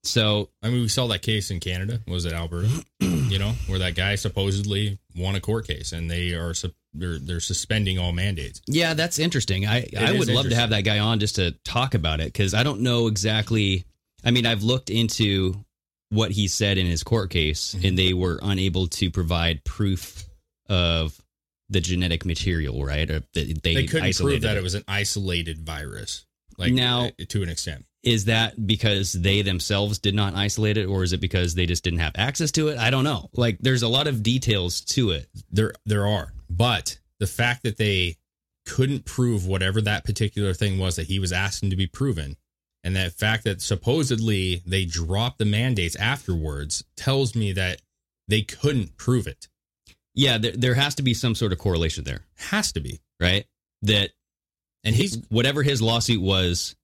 Speaker 7: So
Speaker 6: I mean, we saw that case in Canada. Was it Alberta? you know, where that guy supposedly won a court case, and they are sup- they're they're suspending all mandates.
Speaker 7: Yeah, that's interesting. I
Speaker 6: It
Speaker 7: I would
Speaker 6: is
Speaker 7: love to
Speaker 6: interesting.
Speaker 7: have that guy on just to talk about it because I don't know exactly. I mean, I've looked into what he said in his court case,
Speaker 6: Mm-hmm.
Speaker 7: and they were unable to provide proof of the genetic material, right? Or that they,
Speaker 6: They, couldn't prove
Speaker 7: isolated
Speaker 6: that it. was an isolated virus. Like
Speaker 7: Now-
Speaker 6: uh, to an extent,
Speaker 7: Is that because they themselves did not isolate it, or is it because they just didn't have access to it? I don't know. Like, there's a lot of details to it.
Speaker 6: there there are, but the fact that they couldn't prove whatever that particular thing was that he was asking to be proven, and that fact that supposedly they dropped the mandates afterwards tells me that they couldn't prove it.
Speaker 7: Yeah, there, there has to be some sort of correlation there.
Speaker 6: Has to be.
Speaker 7: right? That
Speaker 6: and he's
Speaker 7: whatever his lawsuit was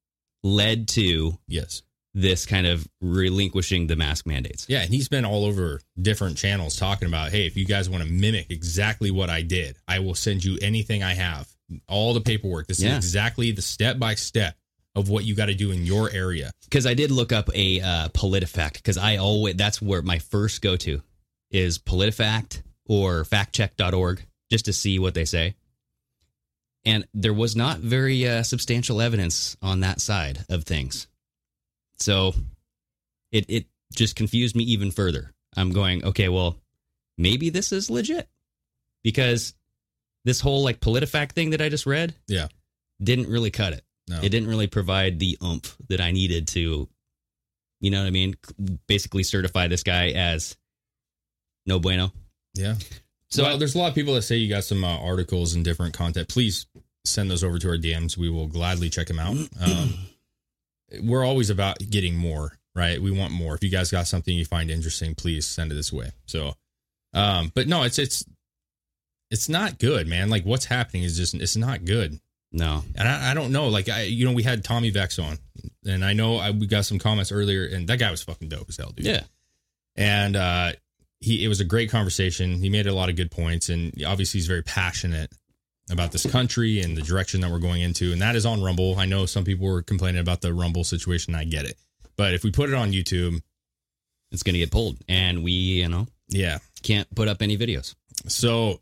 Speaker 7: led to
Speaker 6: yes
Speaker 7: this kind of relinquishing the mask mandates.
Speaker 6: Yeah, and he's been all over different channels talking about, hey, if you guys want to mimic exactly what I did, I will send you anything I have, all the paperwork. This
Speaker 7: Yeah.
Speaker 6: is exactly the step by step of what you got to do in your area.
Speaker 7: Because I did look up a uh, PolitiFact because I always that's where my first go to is PolitiFact or FactCheck.org just to see what they say. And there was not very uh, substantial evidence on that side of things, so it it just confused me even further. I'm going okay, well maybe this is legit because this whole like PolitiFact thing that I just read
Speaker 6: Yeah.
Speaker 7: didn't really cut it.
Speaker 6: No.
Speaker 7: It didn't really provide the oomph that I needed to, you know what I mean? Basically certify this guy as no bueno.
Speaker 6: Yeah. So
Speaker 7: So I-
Speaker 6: there's a lot of people that say you got some uh, articles and different content. Please send those over to our DMs. We will gladly check them out. Um, we're always about getting more, right? We want more. If you guys got something you find interesting, please send it this way. So, um, but no, it's it's it's not good, man. Like what's happening is just it's not good.
Speaker 7: No.
Speaker 6: And I, I don't know. Like I, you know, we had Tommy Vex on, and I know I, we got some comments earlier, and that guy was fucking dope as hell, dude
Speaker 7: Yeah.
Speaker 6: and uh, he it was a great conversation. He made a lot of good points, and obviously he's very passionate about this country and the direction that we're going into. And that is on Rumble. I know some people were complaining about the Rumble situation. I get it, but if we put it on YouTube,
Speaker 7: It's going to get pulled. And we, you know,
Speaker 6: yeah.
Speaker 7: can't put up any videos.
Speaker 6: So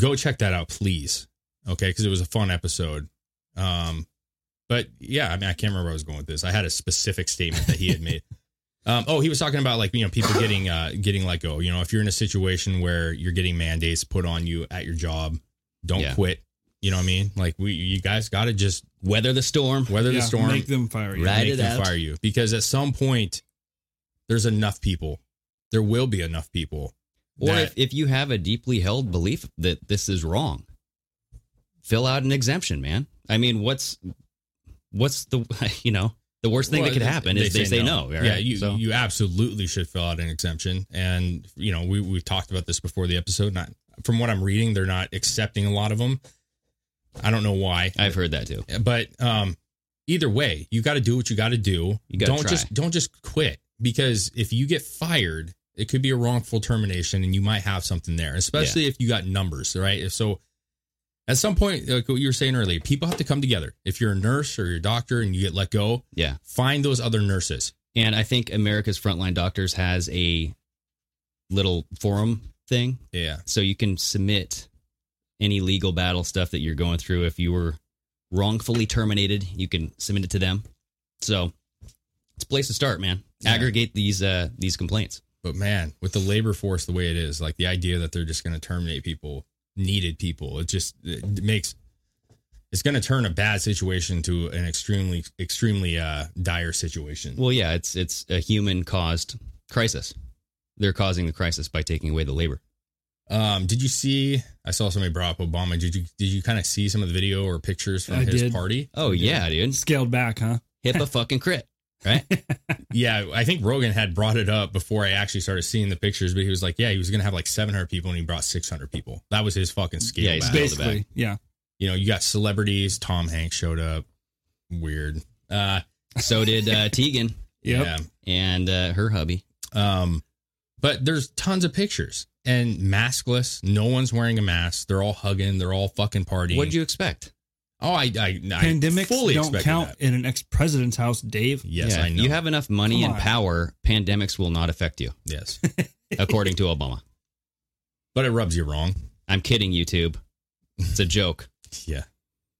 Speaker 6: go check that out, please. Okay, because it was a fun episode. Um, but yeah, I mean, I can't remember where I was going with this. I had a specific statement that he had made. Um, oh, he was talking about like you know people getting uh, getting let go. You know, if you're in a situation where you're getting mandates put on you at your job, don't
Speaker 7: Yeah.
Speaker 6: quit. You know what I mean? Like we, you guys got to just
Speaker 7: Weather the storm.
Speaker 6: weather
Speaker 1: Yeah,
Speaker 6: the storm.
Speaker 1: Make them fire you.
Speaker 7: Ride
Speaker 6: make
Speaker 7: it
Speaker 6: them
Speaker 7: out.
Speaker 6: fire you because at some point there's enough people. There will be enough people.
Speaker 7: Or
Speaker 6: that-
Speaker 7: if, if you have a deeply held belief that this is wrong, fill out an exemption, man. I mean, what's what's the you know the worst thing
Speaker 6: Well,
Speaker 7: that could happen is they say, no. right?
Speaker 6: Yeah, you
Speaker 7: So-
Speaker 6: you absolutely should fill out an exemption, and you know we we've talked about this before the episode. Not from what I'm reading, they're not accepting a lot of them. I don't know why,
Speaker 7: I've heard that too.
Speaker 6: but um, either way, you got to do what you got to do.
Speaker 7: You gotta
Speaker 6: don't
Speaker 7: try.
Speaker 6: just don't just quit because if you get fired, it could be a wrongful termination, and you might have something there, especially if you got numbers, right? If so, at some point, like what you were saying earlier, people have to come together. If you're a nurse or you're a doctor and you get let go,
Speaker 7: Yeah.
Speaker 6: find those other nurses.
Speaker 7: And I think America's Frontline Doctors has a little forum thing.
Speaker 6: Yeah.
Speaker 7: So you can submit any legal battle stuff that you're going through. If you were wrongfully terminated, you can submit it to them. So it's a place to start, man.
Speaker 6: Yeah.
Speaker 7: Aggregate these uh these complaints.
Speaker 6: But man, with the labor force the way it is, like the idea that they're just going to terminate people, needed people, it just it makes it's going to turn a bad situation to an extremely extremely uh dire situation.
Speaker 7: Well, yeah, it's it's a human caused crisis. They're causing the crisis by taking away the labor.
Speaker 6: Um did you see I saw somebody brought up Obama. Did you did you kind of see some of the video or pictures from
Speaker 1: I
Speaker 6: his
Speaker 1: did.
Speaker 6: party?
Speaker 7: Oh yeah, dude.
Speaker 1: Scaled back, huh?
Speaker 7: HIPAA fucking crit, right?
Speaker 6: Yeah, I think Rogan had brought it up before I actually started seeing the pictures, but he was like, yeah, he was going to have like 700 people and he brought 600 people. That was his fucking scale.
Speaker 7: Yeah, he
Speaker 6: back.
Speaker 7: scaled it back.
Speaker 1: Basically, yeah.
Speaker 6: you know, you got celebrities. Tom Hanks showed up. Weird. Uh,
Speaker 7: So did uh, Tegan
Speaker 1: Yep.
Speaker 6: Yeah.
Speaker 7: and uh, her hubby.
Speaker 6: Um, But there's tons of pictures and maskless. No one's wearing a mask. They're all hugging. They're all fucking partying.
Speaker 7: What'd you expect?
Speaker 6: Oh, I, I, I
Speaker 1: Pandemics
Speaker 6: fully
Speaker 1: don't
Speaker 6: expected
Speaker 1: count
Speaker 6: that.
Speaker 1: in an ex president's house, Dave.
Speaker 6: Yes, I know.
Speaker 7: You have enough money
Speaker 1: Come
Speaker 7: and
Speaker 1: on.
Speaker 7: power. Pandemics will not affect you,
Speaker 6: yes,
Speaker 7: according to Obama.
Speaker 6: but it rubs you wrong.
Speaker 7: I'm kidding, YouTube. It's a joke.
Speaker 6: Yeah.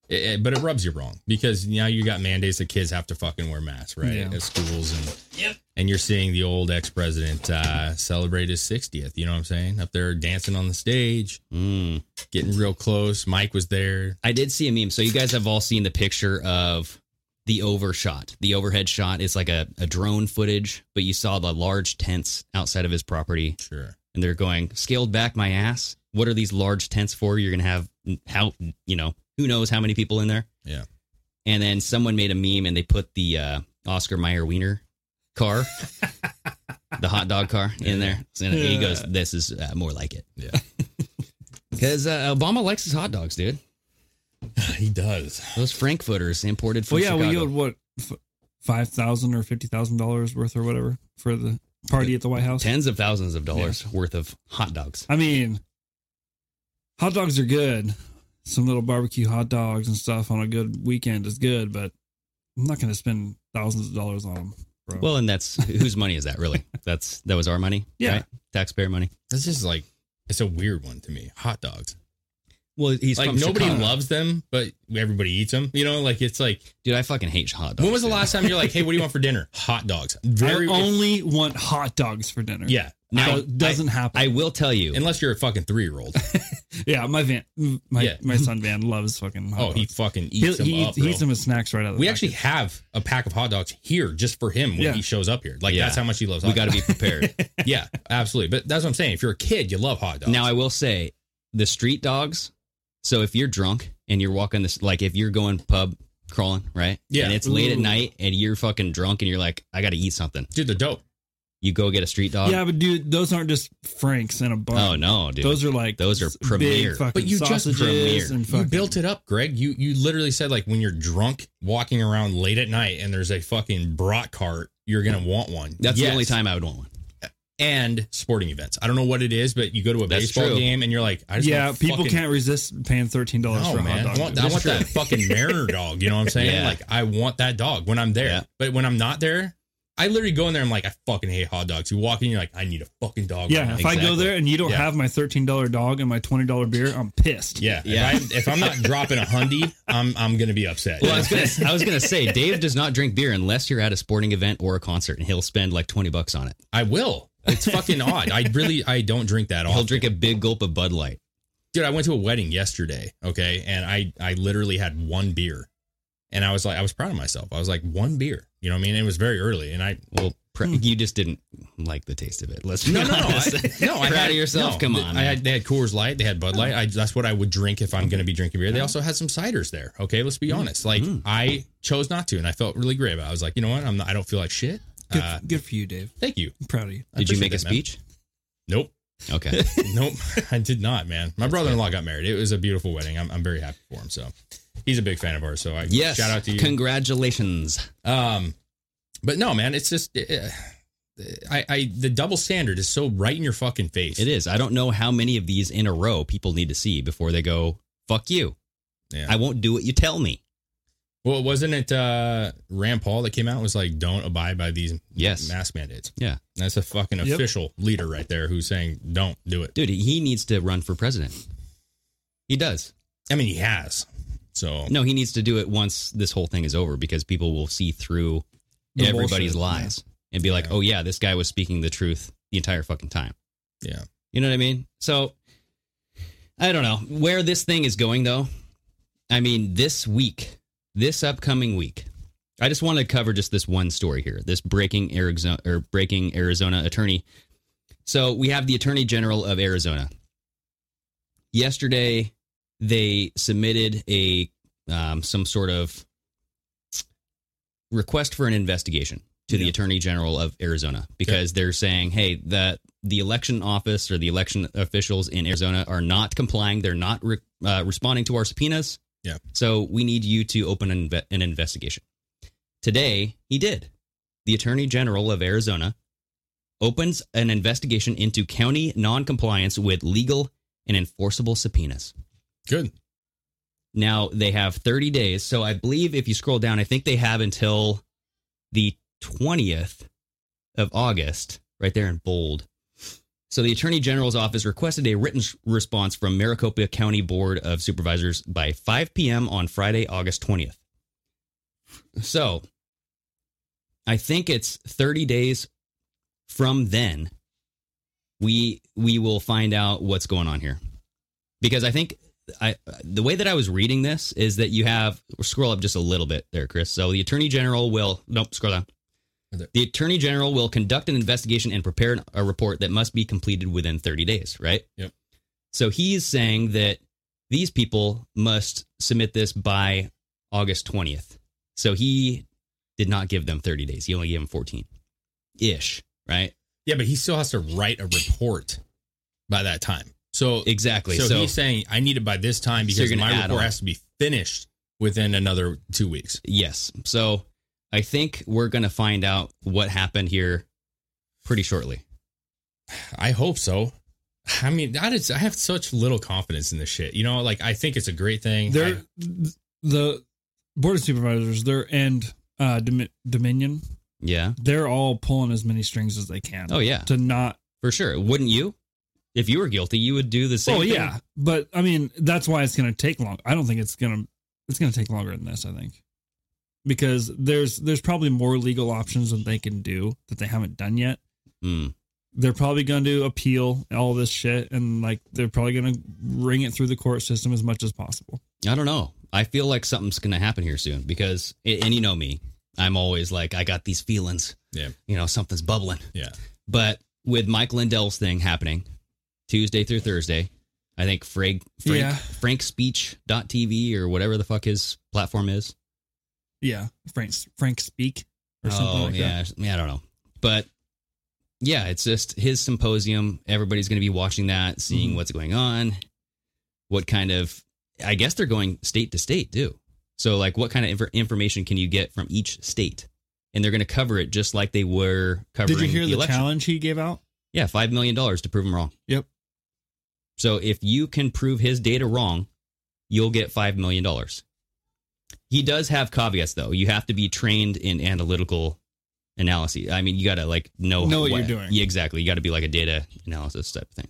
Speaker 6: It- it- but it rubs you wrong because now you got mandates that kids have to fucking wear masks, right?
Speaker 1: Yeah.
Speaker 6: At schools and
Speaker 1: Yep.
Speaker 6: and you're seeing the old ex president uh, celebrate his 60th. You know what I'm saying? Up there dancing on the stage,
Speaker 7: Mm.
Speaker 6: getting real close. Mike was there.
Speaker 7: I did see a meme. So you guys have all seen the picture of the overshot, the overhead shot. It's like a, a drone footage, but you saw the large tents outside of his property,
Speaker 6: Sure.
Speaker 7: and they're going scaled back my ass. What are these large tents for? You're gonna have how you know who knows how many people in there?
Speaker 6: Yeah.
Speaker 7: And then someone made a meme, and they put the uh, Oscar Mayer Wiener car, the hot dog car, in there. And he goes, "This is uh, more like it."
Speaker 6: Yeah.
Speaker 7: Because uh, Obama likes his hot dogs, dude.
Speaker 6: he does.
Speaker 7: Those Frankfurters imported from
Speaker 1: Well, yeah, we
Speaker 7: Chicago.
Speaker 1: owed what f- five thousand or fifty thousand dollars worth or whatever for the party at the White House.
Speaker 7: tens of thousands of dollars worth of hot dogs.
Speaker 1: I mean, hot dogs are good. Some little barbecue hot dogs and stuff on a good weekend is good, but I'm not going to spend thousands of dollars on them. Bro.
Speaker 7: Well, and that's whose money is that really? That's that was our money,
Speaker 1: Yeah.
Speaker 7: Taxpayer money.
Speaker 6: That's just like, it's a weird one to me. Hot dogs.
Speaker 7: Well, he's
Speaker 6: like,
Speaker 7: from
Speaker 6: nobody
Speaker 7: Chicago.
Speaker 6: loves them, but everybody eats them. You know, like, it's like,
Speaker 7: Dude, I fucking hate hot dogs.
Speaker 6: when was the
Speaker 7: dude.
Speaker 6: last time you're like, hey, what do you want for dinner? Hot dogs. Very,
Speaker 1: I only want hot dogs for dinner.
Speaker 6: yeah.
Speaker 1: so
Speaker 7: I-
Speaker 1: it doesn't happen.
Speaker 7: I will tell you.
Speaker 6: Unless you're a fucking three year old.
Speaker 1: yeah, my van, my
Speaker 6: Yeah.
Speaker 1: my son Van loves fucking. Hot
Speaker 6: Oh,
Speaker 1: dogs.
Speaker 6: he fucking eats
Speaker 1: He'll-
Speaker 6: them
Speaker 1: he
Speaker 6: up.
Speaker 1: eats, he
Speaker 6: bro.
Speaker 1: eats them as snacks right out of the
Speaker 6: We
Speaker 1: package.
Speaker 6: actually have a pack of hot dogs here just for him when
Speaker 1: Yeah.
Speaker 6: he shows up here. Like
Speaker 7: Yeah.
Speaker 6: that's how much he loves. Hot
Speaker 7: we got to be
Speaker 6: dogs.
Speaker 7: prepared.
Speaker 6: yeah, absolutely. But that's what I'm saying. If you're a kid, you love hot dogs.
Speaker 7: now, I will say the street dogs. So if you're drunk and you're walking this, like if you're going pub crawling, right?
Speaker 6: Yeah.
Speaker 7: And it's late at
Speaker 1: Ooh.
Speaker 7: night and you're fucking drunk and you're like, I got to eat something.
Speaker 6: dude, they're dope.
Speaker 7: You go get a street dog.
Speaker 1: yeah, but dude, those aren't just Franks and a bun.
Speaker 7: oh no, dude.
Speaker 1: Those are like
Speaker 7: Those are
Speaker 1: s-
Speaker 7: premier.
Speaker 1: big fucking
Speaker 6: But you just
Speaker 1: sausages
Speaker 7: premier.
Speaker 1: and
Speaker 6: You
Speaker 1: fucking,
Speaker 6: built it up, Greg. You you literally said like when you're drunk, walking around late at night, and there's a fucking brat cart, you're gonna want one.
Speaker 7: That's
Speaker 6: Yes.
Speaker 7: the only time I would want one.
Speaker 6: And sporting events. I don't know what it is, but you go to a
Speaker 7: That's
Speaker 6: baseball
Speaker 7: true.
Speaker 6: game and you're like, I just
Speaker 1: yeah,
Speaker 6: want
Speaker 1: people
Speaker 6: fucking-
Speaker 1: can't resist paying thirteen dollars
Speaker 6: No,
Speaker 1: for a
Speaker 6: man.
Speaker 1: hot
Speaker 6: I
Speaker 1: dog.
Speaker 6: want, I want that fucking Mariner dog. You know what I'm saying?
Speaker 7: Yeah.
Speaker 6: Like, I want that dog when I'm there.
Speaker 7: Yeah.
Speaker 6: But when I'm not there, I literally go in there. I'm like, I fucking hate hot dogs. You walk in, you're like, I need a fucking dog.
Speaker 1: Yeah,
Speaker 6: right now.
Speaker 1: if I go there and you don't
Speaker 6: Yeah.
Speaker 1: have my thirteen dollar dog and my twenty dollar beer, I'm pissed.
Speaker 6: yeah,
Speaker 7: Yeah.
Speaker 6: If, I, if I'm not dropping a hundy, I'm I'm gonna be upset.
Speaker 7: Well, I was gonna, I was gonna say Dave does not drink beer unless you're at a sporting event or a concert, and he'll spend like twenty bucks on it.
Speaker 6: I will. It's fucking odd. I really I don't drink that often.
Speaker 7: He'll drink a big gulp of Bud Light.
Speaker 6: dude i went to a wedding yesterday okay and i i literally had one beer and i was like i was proud of myself i was like one beer you know what i mean it was very early and i
Speaker 7: Well, pr- you just didn't like the taste of it. Let's be
Speaker 6: no, no, no,
Speaker 7: honest.
Speaker 6: I, no! I
Speaker 7: proud
Speaker 6: had-
Speaker 7: of yourself.
Speaker 6: no,
Speaker 7: Come
Speaker 6: th-
Speaker 7: on,
Speaker 6: I
Speaker 7: man. Oh.
Speaker 6: had, they had Coors Light, they had Bud Light. I, that's what I would drink if I'm going to be drinking beer. They also had some ciders there. Okay, let's
Speaker 7: Mm.
Speaker 6: be honest. Like I chose not to, and I felt really great about. it. I was like, you know what? I'm not, I don't feel like shit.
Speaker 1: Good,
Speaker 6: Uh,
Speaker 1: good for you, Dave.
Speaker 6: thank you.
Speaker 1: I'm proud of you.
Speaker 6: I
Speaker 7: Did you
Speaker 6: appreciate
Speaker 7: make a
Speaker 6: that, man.
Speaker 7: speech?
Speaker 6: Nope.
Speaker 7: Okay.
Speaker 6: nope, I did not, man. My brother-in-law got married. It was a beautiful wedding. I'm, I'm very happy for him. So he's a big fan of ours. So I
Speaker 7: Yes.
Speaker 6: shout out to you.
Speaker 7: Congratulations.
Speaker 6: um, but no, man, it's just uh, I, I the double standard is so right in your fucking face.
Speaker 7: It is. I don't know how many of these in a row people need to see before they go. Fuck you.
Speaker 6: Yeah.
Speaker 7: I won't do what you tell me.
Speaker 6: well, wasn't it uh, Rand Paul that came out and was like, "Don't abide by these
Speaker 7: Yes.
Speaker 6: mask mandates."
Speaker 7: Yeah,
Speaker 6: That's a fucking
Speaker 1: Yep.
Speaker 6: official leader right there who's saying, "Don't do it."
Speaker 7: dude, he needs to run for president. He does.
Speaker 6: I mean, he has. So
Speaker 7: No, he needs to do it once this whole thing is over because people will see through
Speaker 1: The
Speaker 7: everybody's
Speaker 1: bullshit,
Speaker 7: lies and be like, oh, yeah, this guy was speaking the truth the entire fucking time.
Speaker 6: yeah,
Speaker 7: You know what I mean? So I don't know where this thing is going, though. I mean, this week, this upcoming week, I just want to cover just this one story here. This breaking Arizona or breaking Arizona attorney. So we have the Attorney General of Arizona. Yesterday, they submitted a um, some sort of request for an investigation to the Attorney General of Arizona because they're saying, hey, that the election office or the election officials in Arizona are not complying. They're not re- uh, responding to our subpoenas.
Speaker 6: Yeah.
Speaker 7: So we need you to open an, inve- an investigation. Today, he did. The Attorney General of Arizona opens an investigation into county noncompliance with legal and enforceable subpoenas.
Speaker 6: Good.
Speaker 7: Now they have 30 days. So I believe if you scroll down, I think they have until the 20th of August, right there in bold. So the Attorney General's office requested a written s- response from Maricopa County Board of Supervisors by 5 p.m. on Friday, August 20th. So I think it's 30 days from then we we will find out what's going on here. Because I think I the way that I was reading this is that you have scroll up just a little bit there, Chris. So the Attorney General will nope, scroll down. The Attorney General will conduct an investigation and prepare a report that must be completed within 30 days, right?
Speaker 6: Yep.
Speaker 7: So he's saying that these people must submit this by August 20th. So he did not give them 30 days. He only gave them 14 ish, right?
Speaker 6: Yeah, but he still has to write a report by that time. So
Speaker 7: exactly.
Speaker 6: So,
Speaker 7: So-
Speaker 6: he's saying I need it by this time
Speaker 7: So you're
Speaker 6: because
Speaker 7: gonna
Speaker 6: my
Speaker 7: add
Speaker 6: report
Speaker 7: on.
Speaker 6: has to be finished within another two weeks.
Speaker 7: Yes. So I think we're going to find out what happened here pretty shortly.
Speaker 6: I hope so. I mean, I, just, I have such little confidence in this shit. You know, like I think it's a great thing. I-
Speaker 1: They're the board of supervisors. They're and uh, Domi- Dominion.
Speaker 7: Yeah.
Speaker 1: They're all pulling as many strings as they can.
Speaker 7: Oh, yeah.
Speaker 1: to not.
Speaker 7: For sure. Wouldn't you? If you were guilty, you would do the same
Speaker 1: Oh
Speaker 7: thing.
Speaker 1: yeah, but I mean that's why it's going to take long. I don't think it's going to it's going to take longer than this. I think because there's there's probably more legal options that they can do that they haven't done yet.
Speaker 7: Mm.
Speaker 1: They're probably going to appeal all this shit, and like they're probably going to ring it through the court system as much as possible.
Speaker 7: I don't know. I feel like something's going to happen here soon because, and you know me, I'm always like, I got these feelings.
Speaker 6: Yeah.
Speaker 7: You know, something's bubbling.
Speaker 6: Yeah.
Speaker 7: But with Mike Lindell's thing happening Tuesday through Thursday, I think Frank, Frank,
Speaker 1: Yeah.
Speaker 7: frankspeech.tv or whatever the fuck his platform is.
Speaker 1: Yeah, Frank Frank speak or something
Speaker 7: oh,
Speaker 1: like
Speaker 7: yeah.
Speaker 1: that.
Speaker 7: Yeah, I don't know. But yeah, it's just his symposium. Everybody's going to be watching that, seeing
Speaker 1: Mhm.
Speaker 7: what's going on, what kind of, I guess they're going state to state too. So, like, what kind of infor- information can you get from each state? And they're going to cover it just like they were covering.
Speaker 1: Did you hear the
Speaker 7: election.
Speaker 1: challenge he gave out?
Speaker 7: Yeah, $5 million to prove him wrong.
Speaker 1: Yep.
Speaker 7: So, if you can prove his data wrong, you'll get $5 million. He does have caveats, though. You have to be trained in analytical analysis. I mean, you got to like know,
Speaker 1: Know what you're doing.
Speaker 7: Yeah, exactly. You got to be like a data analysis type of thing.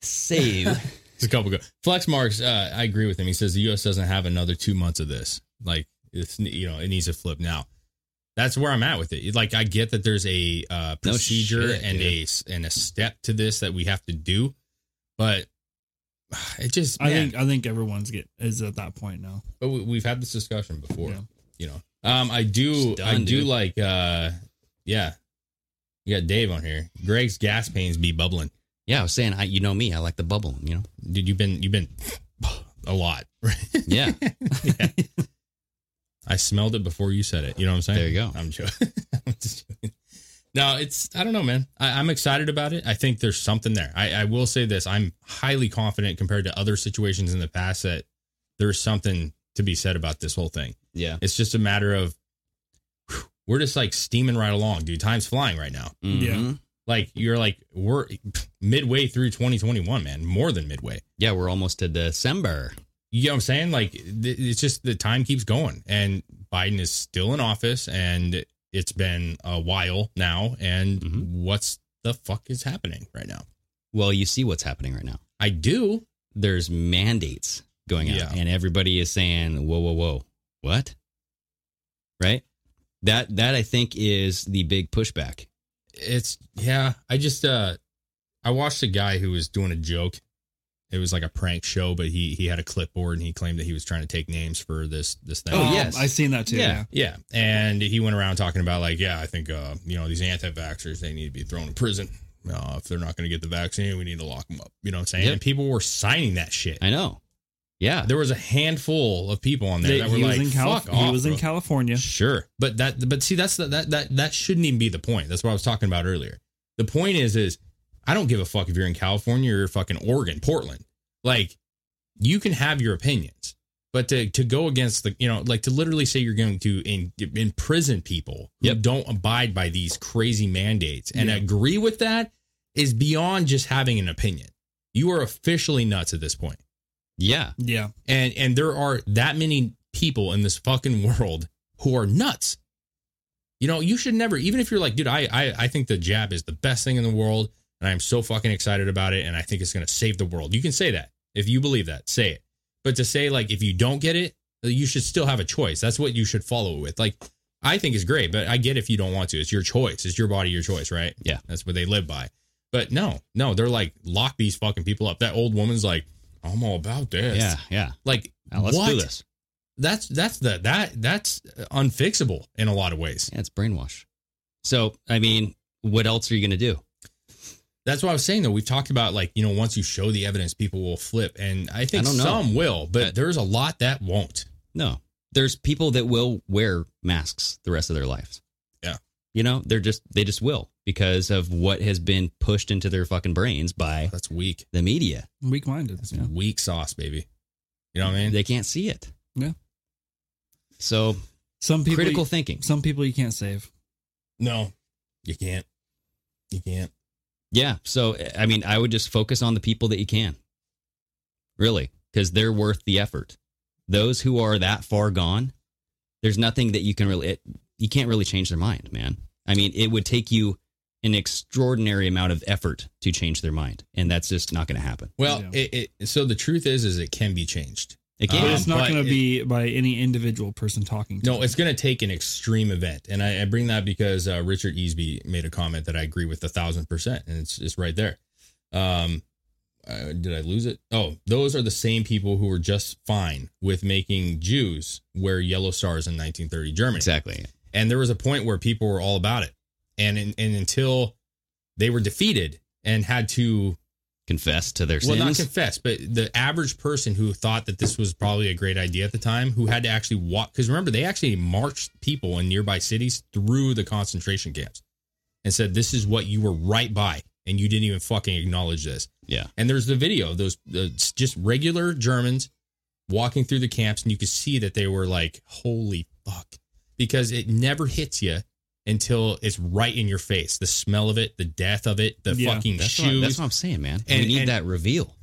Speaker 7: Save.
Speaker 6: It's a couple good. Flex marks. Uh, I agree with him. He says the U.S. doesn't have another two months of this. Like it's you know it needs to flip now. That's where I'm at with it. Like I get that there's a uh,
Speaker 7: No
Speaker 6: procedure
Speaker 7: shit,
Speaker 6: and a s- and a step to this that we have to do, but it just
Speaker 1: I
Speaker 6: man,
Speaker 1: think I think everyone's get is at that point now.
Speaker 6: but we, we've had this discussion before.
Speaker 1: Yeah.
Speaker 6: You know, um, I do,
Speaker 7: It's done,
Speaker 6: I do
Speaker 7: dude.
Speaker 6: like, uh, yeah, you got Dave on here. Greg's gas pains be bubbling.
Speaker 7: yeah, I was saying, I, you know me, I like the bubble, you know?
Speaker 6: Dude, you've been, you've been a lot. Right?
Speaker 7: Yeah.
Speaker 6: yeah. I smelled it before you said it. You know what I'm saying?
Speaker 7: There you go.
Speaker 6: I'm joking. I'm just joking. No, it's I don't know, man. I, I'm excited about it. I think there's something there. I, I will say this: I'm highly confident compared to other situations in the past that there's something to be said about this whole thing.
Speaker 7: yeah.
Speaker 6: It's just a matter of whew, we're just like steaming right along, dude. Time's flying right now.
Speaker 7: Mhm.
Speaker 6: Like you're like we're midway through 2021, man. More than midway.
Speaker 7: Yeah, we're almost to December.
Speaker 6: You know what I'm saying? Like th- it's just the time keeps going, and Biden is still in office, and it's been a while now. And
Speaker 7: Mhm.
Speaker 6: what's the fuck is happening right now?
Speaker 7: Well, you see what's happening right now.
Speaker 6: I do.
Speaker 7: there's mandates going out
Speaker 6: Yeah.
Speaker 7: and everybody is saying whoa whoa whoa what right that that i think is the big pushback
Speaker 6: It's yeah. I just uh, I watched a guy who was doing a joke. It was like a prank show, but he he had a clipboard and he claimed that he was trying to take names for this this thing.
Speaker 7: Oh, yes.
Speaker 1: Um, I seen that too.
Speaker 7: Yeah.
Speaker 6: Yeah,
Speaker 1: Yeah.
Speaker 6: and he went around talking about like, yeah, I think uh, you know these anti-vaxxers they need to be thrown in prison. Uh, if they're not going to get the vaccine, we need to lock them up. You know what I'm saying?
Speaker 7: Yep.
Speaker 6: And people were signing that shit.
Speaker 7: i know yeah
Speaker 6: There was a handful of people on there
Speaker 1: They-
Speaker 6: that were
Speaker 1: he was
Speaker 6: like,
Speaker 1: in Cali-
Speaker 6: "Fuck off."
Speaker 1: He was in
Speaker 6: bro."
Speaker 1: California.
Speaker 6: Sure, but that, but see, that's the, that that that shouldn't even be the point. That's what I was talking about earlier. The point is, is I don't give a fuck if you're in California or fucking Oregon, Portland. Like, you can have your opinions. But to, to go against the, you know, like to literally say you're going to in, imprison people who don't abide by these crazy mandates and
Speaker 13: Yeah.
Speaker 6: agree with that is beyond just having an opinion. You are officially nuts at this point.
Speaker 7: Yeah.
Speaker 1: Yeah.
Speaker 6: And and there are that many people in this fucking world who are nuts. You know, you should never, even if you're like, dude, I I, I think the jab is the best thing in the world, and I'm so fucking excited about it, and I think it's gonna save the world. You can say that if you believe that, say it. But to say like if you don't get it, you should still have a choice. That's what you should follow it with. Like I think it's great, but I get if you don't want to. It's your choice. It's your body, your choice, right?
Speaker 7: Yeah.
Speaker 6: That's what they live by. But no, no, they're like, lock these fucking people up. That old woman's like, I'm all about this.
Speaker 7: Yeah, yeah.
Speaker 6: Like
Speaker 7: Now let's do
Speaker 6: what?
Speaker 7: this.
Speaker 6: That's that's the that that's unfixable in a lot of ways.
Speaker 7: Yeah, it's brainwash. So, I mean, what else are you going to do?
Speaker 6: That's what I was saying though. We've talked about like, you know, once you show the evidence, people will flip. And I think
Speaker 7: don't know.
Speaker 6: some will, but there's a lot that won't.
Speaker 7: No. There's people that will wear masks the rest of their lives.
Speaker 6: Yeah.
Speaker 7: You know, they're just they just will because of what has been pushed into their fucking brains by
Speaker 6: That's weak.
Speaker 7: the media.
Speaker 1: Weak minded. Yeah.
Speaker 6: Weak sauce, baby. You know what I mean?
Speaker 7: They can't see it.
Speaker 1: Yeah.
Speaker 7: So
Speaker 1: Some people
Speaker 7: critical thinking.
Speaker 1: Some people you can't save.
Speaker 6: No. You can't. You can't.
Speaker 7: Yeah. So I mean, I would just focus on the people that you can. Really, because they're worth the effort. Those who are that far gone, there's nothing that you can really it, you can't really change their mind, man. I mean, it would take you an extraordinary amount of effort to change their mind, and that's just not going to happen.
Speaker 6: Well, it, it so the truth is is it can be changed.
Speaker 7: It
Speaker 1: But
Speaker 7: can.
Speaker 1: it's
Speaker 6: Um, but
Speaker 1: not going
Speaker 6: it-
Speaker 1: to be by any individual person talking to
Speaker 6: No, it's going to take an extreme event, and I, I bring that because uh, Richard Easby made a comment that I agree with a thousand percent, and it's it's right there. Um, uh, did I lose it? Oh, those are the same people who were just fine with making Jews wear yellow stars in 1930 Germany.
Speaker 7: Exactly.
Speaker 6: And there was a point where people were all about it, and in, and until they were defeated and had to
Speaker 7: Confess to their
Speaker 6: well,
Speaker 7: sins.
Speaker 6: not confess, but the average person who thought that this was probably a great idea at the time, who had to actually walk, because remember, they actually marched people in nearby cities through the concentration camps and said, This is what you were right by. And you didn't even fucking acknowledge this.
Speaker 7: yeah.
Speaker 6: And there's the video of those uh, s- just regular Germans walking through the camps, and you could see that they were like, holy fuck, because it never hits you until it's right in your face. The smell of it, the death of it, the
Speaker 7: Yeah.
Speaker 6: fucking
Speaker 7: That's what-
Speaker 6: shoes.
Speaker 7: that's what I'm saying, man. We
Speaker 6: And-
Speaker 7: need
Speaker 6: and-
Speaker 7: that reveal.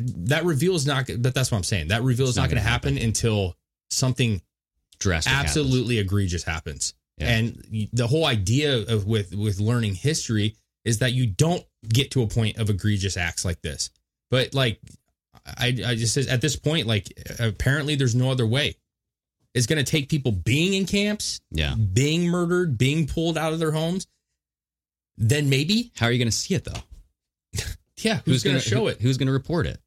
Speaker 6: that reveal is not but that's what i'm saying that reveal is
Speaker 7: not
Speaker 6: not, going to
Speaker 7: gonna
Speaker 6: happen, until something
Speaker 7: Drastic. happens.
Speaker 6: absolutely egregious happens
Speaker 7: Yeah.
Speaker 6: and y- the whole idea of with with learning history is that you don't get to a point of egregious acts like this but like i i just at this point like apparently there's no other way it's going to take people being in camps
Speaker 7: Yeah.
Speaker 6: being murdered being pulled out of their homes then maybe
Speaker 7: How are you going to see it though?
Speaker 6: yeah who's, going to show
Speaker 7: who-
Speaker 6: it
Speaker 7: Who's going to report it?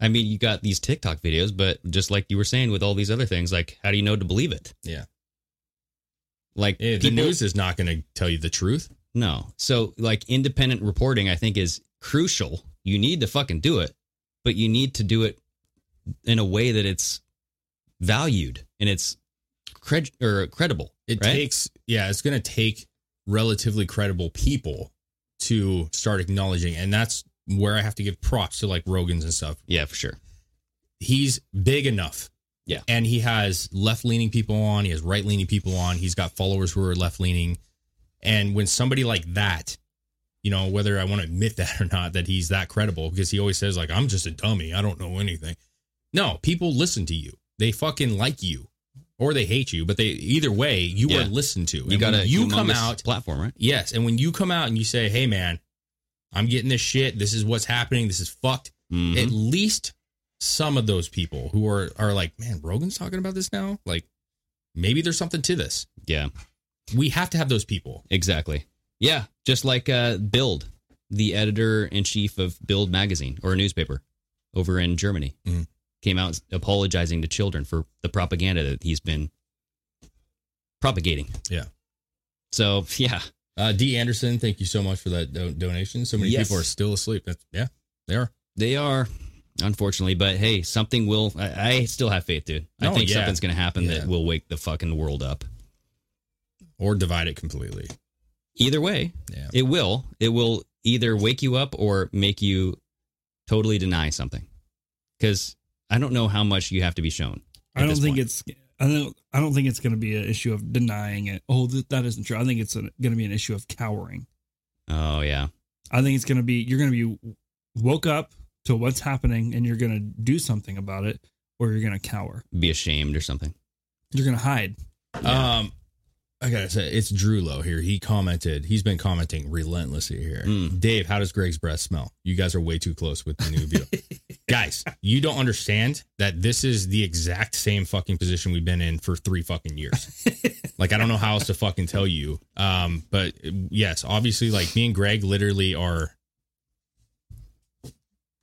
Speaker 7: I mean, you got these TikTok videos, but just like you were saying with all these other things, like how do you know to believe it?
Speaker 6: yeah
Speaker 7: Like
Speaker 6: Eh, the
Speaker 7: people-
Speaker 6: news is not going to tell you the truth
Speaker 7: No. So like independent reporting, I think is crucial. You need to fucking do it, but you need to do it in a way that it's valued and it's cred or credible.
Speaker 6: It
Speaker 7: right?
Speaker 6: takes, yeah, it's going to take relatively credible people to start acknowledging. And that's where I have to give props to like Rogan's and stuff.
Speaker 7: yeah, for sure.
Speaker 6: He's big enough.
Speaker 7: Yeah.
Speaker 6: And he has left leaning people on, he has right leaning people on, he's got followers who are left leaning. And when somebody like that, you know, whether I want to admit that or not, that he's that credible, because he always says, like, I'm just a dummy. I don't know anything. No, people listen to you. They fucking like you or they hate you, but they either way, you
Speaker 7: Yeah.
Speaker 6: are listened to.
Speaker 7: You
Speaker 6: And
Speaker 7: got
Speaker 6: when
Speaker 7: a
Speaker 6: you come
Speaker 7: humongous
Speaker 6: out,
Speaker 7: platform, right?
Speaker 6: yes, and when you come out and you say, "Hey, man, I'm getting this shit. This is what's happening. This is fucked."
Speaker 7: Mhm.
Speaker 6: At least some of those people who are are like, "Man, Rogan's talking about this now. Like, maybe there's something to this."
Speaker 7: Yeah.
Speaker 6: We have to have those people.
Speaker 7: Exactly. Yeah, just like uh, Build, the editor in chief of Build magazine or a newspaper over in Germany,
Speaker 6: Mhm.
Speaker 7: came out apologizing to children for the propaganda that he's been propagating.
Speaker 6: Yeah.
Speaker 7: So yeah,
Speaker 6: Uh, D. Anderson, thank you so much for that do- donation. So many
Speaker 7: Yes.
Speaker 6: people are still asleep. That's, yeah, they are.
Speaker 7: they are unfortunately, but hey, something will. I, I still have faith, dude. I
Speaker 6: Oh,
Speaker 7: think
Speaker 6: yeah.
Speaker 7: something's gonna happen
Speaker 6: Yeah.
Speaker 7: that will wake the fucking world up.
Speaker 6: Or divide it completely.
Speaker 7: Either way,
Speaker 6: Yeah.
Speaker 7: it will. It will either wake you up or make you totally deny something. Because I don't know how much you have to be shown.
Speaker 1: I don't think it's. I don't. I don't think it's going to be an issue of denying it. Oh, th- that isn't true. I think it's going to be an issue of cowering.
Speaker 7: Oh yeah.
Speaker 1: I think it's going to be. You're going to be woke up to what's happening, and you're going to do something about it, or you're going to cower.
Speaker 7: Be ashamed or something.
Speaker 1: You're going to hide.
Speaker 6: Um, I gotta say, it's Drew Low here. He commented. He's been commenting relentlessly here. Dave, how does Greg's breath smell? You guys are way too close with the new view, guys. You don't understand that this is the exact same fucking position we've been in for three fucking years. like, I don't know how else to fucking tell you. Um, but yes, obviously, like me and Greg literally are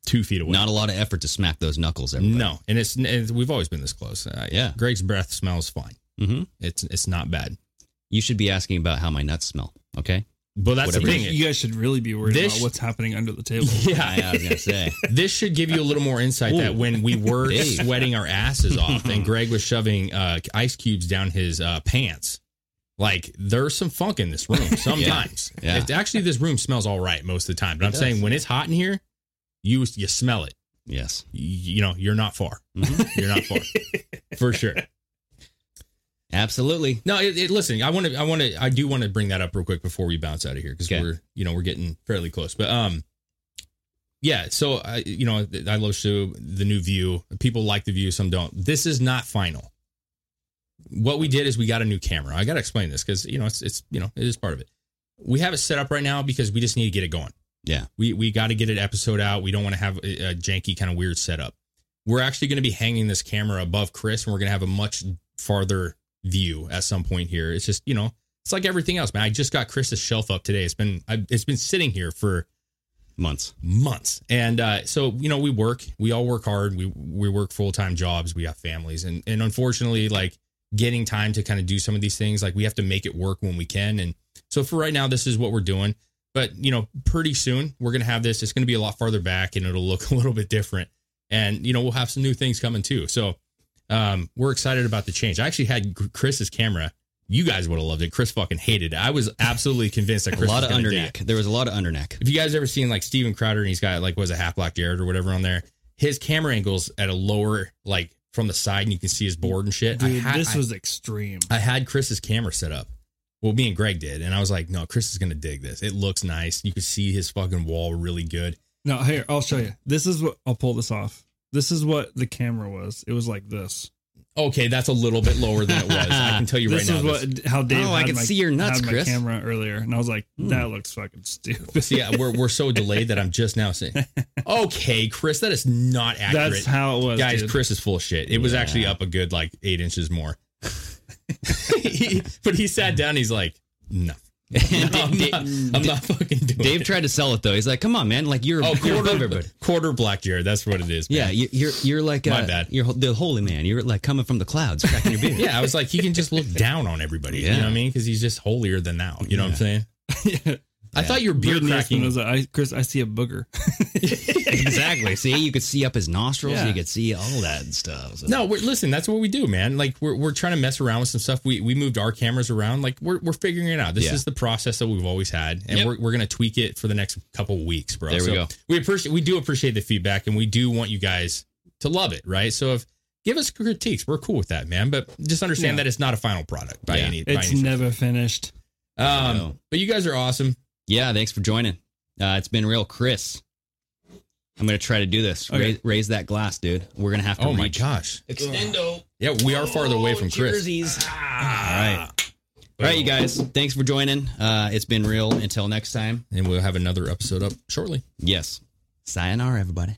Speaker 6: two feet away.
Speaker 7: Not a lot of effort to smack those knuckles. Everybody.
Speaker 6: No, and it's, and we've always been this close. Uh, yeah, Greg's breath smells fine.
Speaker 7: Mm-hmm.
Speaker 6: It's it's not bad.
Speaker 7: You should be asking about how my nuts smell. Okay.
Speaker 6: Well, that's the thing.
Speaker 1: You guys should really be worried
Speaker 6: This-
Speaker 1: about what's happening under the table.
Speaker 6: Yeah,
Speaker 7: I was gonna say.
Speaker 6: this should give you a little more insight that
Speaker 7: Ooh.
Speaker 6: when we were
Speaker 7: Dave.
Speaker 6: sweating our asses off and Greg was shoving uh, ice cubes down his uh, pants, like there's some funk in this room sometimes.
Speaker 7: Yeah.
Speaker 6: It's- actually, this room smells all right most of the time, but
Speaker 7: It
Speaker 6: I'm
Speaker 7: does.
Speaker 6: saying when it's hot in here, you you smell it.
Speaker 7: Yes. Mm-hmm.
Speaker 6: Y- You, know, you're not far. You're not far for sure.
Speaker 7: Absolutely.
Speaker 6: No, it, it, listen, I want to, I want to, I do want to bring that up real quick before we bounce out of here because
Speaker 7: Okay.
Speaker 6: we're, you know, we're getting fairly close. But um, yeah. So I, you know, I love show the new view. People like the view, some don't. This is not final. What we did is we got a new camera. I got to explain this because you know it's it's you know it is part of it. We have it set up right now because we just need to get it going.
Speaker 7: Yeah.
Speaker 6: We we got to get an episode out. We don't want to have a, a janky kind of weird setup. We're actually going to be hanging this camera above Chris, and we're going to have a much farther view at some point here. It's just you know, it's like everything else, man. I just got Chris's shelf up today. It's been I, it's been sitting here for
Speaker 7: Months.
Speaker 6: months, and uh, so you know, we work. We all work hard. We we work full time jobs. We have families, and and unfortunately, like getting time to kind of do some of these things, like we have to make it work when we can. And so for right now, this is what we're doing but you know pretty soon we're going to have this it's going to be a lot farther back and it'll look a little bit different and you know we'll have some new things coming too so um, we're excited about the change i actually had Gr- chris's camera you guys would have loved it chris fucking hated it i was absolutely convinced that
Speaker 7: A
Speaker 6: chris
Speaker 7: lot
Speaker 6: was
Speaker 7: of
Speaker 6: gonna dig it.
Speaker 7: underneck. There was a lot of underneck.
Speaker 6: if you guys ever seen like steven crowder and he's got like was a half black jared or whatever on there his camera angles at a lower like from the side and you can see his board and shit I
Speaker 1: Dude,
Speaker 6: had-
Speaker 1: this
Speaker 6: I-
Speaker 1: was extreme.
Speaker 6: I had Chris's camera set up. Well, me and Greg did, and I was like, "No, Chris is gonna dig this. It looks nice. You can see his fucking wall really good."
Speaker 1: No, here I'll show you. This is what I'll pull this off. This is what the camera was. It was like this.
Speaker 6: Okay, that's a little bit lower than it was. I can tell you
Speaker 1: this
Speaker 6: right
Speaker 1: is
Speaker 6: now.
Speaker 1: what
Speaker 6: this-
Speaker 1: how Dave.
Speaker 7: Oh, I
Speaker 1: had
Speaker 7: can
Speaker 1: my-
Speaker 7: see your nuts,
Speaker 1: had my
Speaker 7: Chris.
Speaker 1: Camera earlier, and I was like, that looks fucking stupid.
Speaker 6: Hmm. see, yeah, we're we're so delayed that I'm just now saying, "Okay, Chris, that is not accurate."
Speaker 1: That's how it was,
Speaker 6: guys.
Speaker 1: dude.
Speaker 6: Chris is full of shit. It was
Speaker 7: Yeah.
Speaker 6: actually up a good like eight inches more. He- but he sat down. He's like, "No, No, I'm,
Speaker 7: Dave-
Speaker 6: not, I'm not fucking doing."
Speaker 7: Dave
Speaker 6: it.
Speaker 7: tried to sell it though. He's like, "Come on, man! Like you're,
Speaker 6: oh
Speaker 7: you're above
Speaker 6: quarter
Speaker 7: everybody."
Speaker 6: quarter black Jared. That's what it is. man.
Speaker 7: Yeah, you- you're you're like
Speaker 6: My
Speaker 7: uh,
Speaker 6: bad.
Speaker 7: You're ho- the holy man. You're like coming from the clouds, cracking your beard.
Speaker 6: Yeah, I was like, he can just look down on everybody. You
Speaker 7: Yeah.
Speaker 6: know what I mean? Because he's just holier than thou. You know what I'm saying? I thought your beard
Speaker 1: Beard
Speaker 6: cracking.
Speaker 1: was like, I, Chris, I see a booger.
Speaker 7: exactly. See, you could see up his nostrils.
Speaker 1: Yeah.
Speaker 7: You could see all that stuff. So-
Speaker 6: no, we're, listen, that's what we do, man. Like we're, we're trying to mess around with some stuff. We we moved our cameras around. Like we're, we're figuring it out. This
Speaker 7: Yeah.
Speaker 6: is the process that we've always had, and
Speaker 7: Yep.
Speaker 6: we're, we're gonna tweak it for the next couple of weeks, bro.
Speaker 7: There we go.
Speaker 6: We appreciate we do appreciate the feedback, and we do want you guys to love it, right? So if give us critiques, we're cool with that, man. But just understand
Speaker 1: Yeah.
Speaker 6: that it's not a final product by
Speaker 7: Yeah.
Speaker 6: any. by
Speaker 1: It's
Speaker 6: any-
Speaker 1: never finished.
Speaker 6: um,
Speaker 7: No.
Speaker 6: but you guys are awesome.
Speaker 7: Yeah, thanks for joining. Uh, it's been real, Chris. I'm gonna try to do this.
Speaker 1: Okay.
Speaker 7: Raise, raise that glass, dude. We're gonna have to.
Speaker 6: Oh my
Speaker 7: reach.
Speaker 6: gosh.
Speaker 7: Extendo.
Speaker 6: Yeah, we are farther away
Speaker 7: Oh,
Speaker 6: from Chris.
Speaker 7: Jerseys. All right. All right, you guys. Thanks for joining. Uh, it's been real. Until next time.
Speaker 6: And we'll have another episode up shortly.
Speaker 7: Yes. Sayonara, everybody.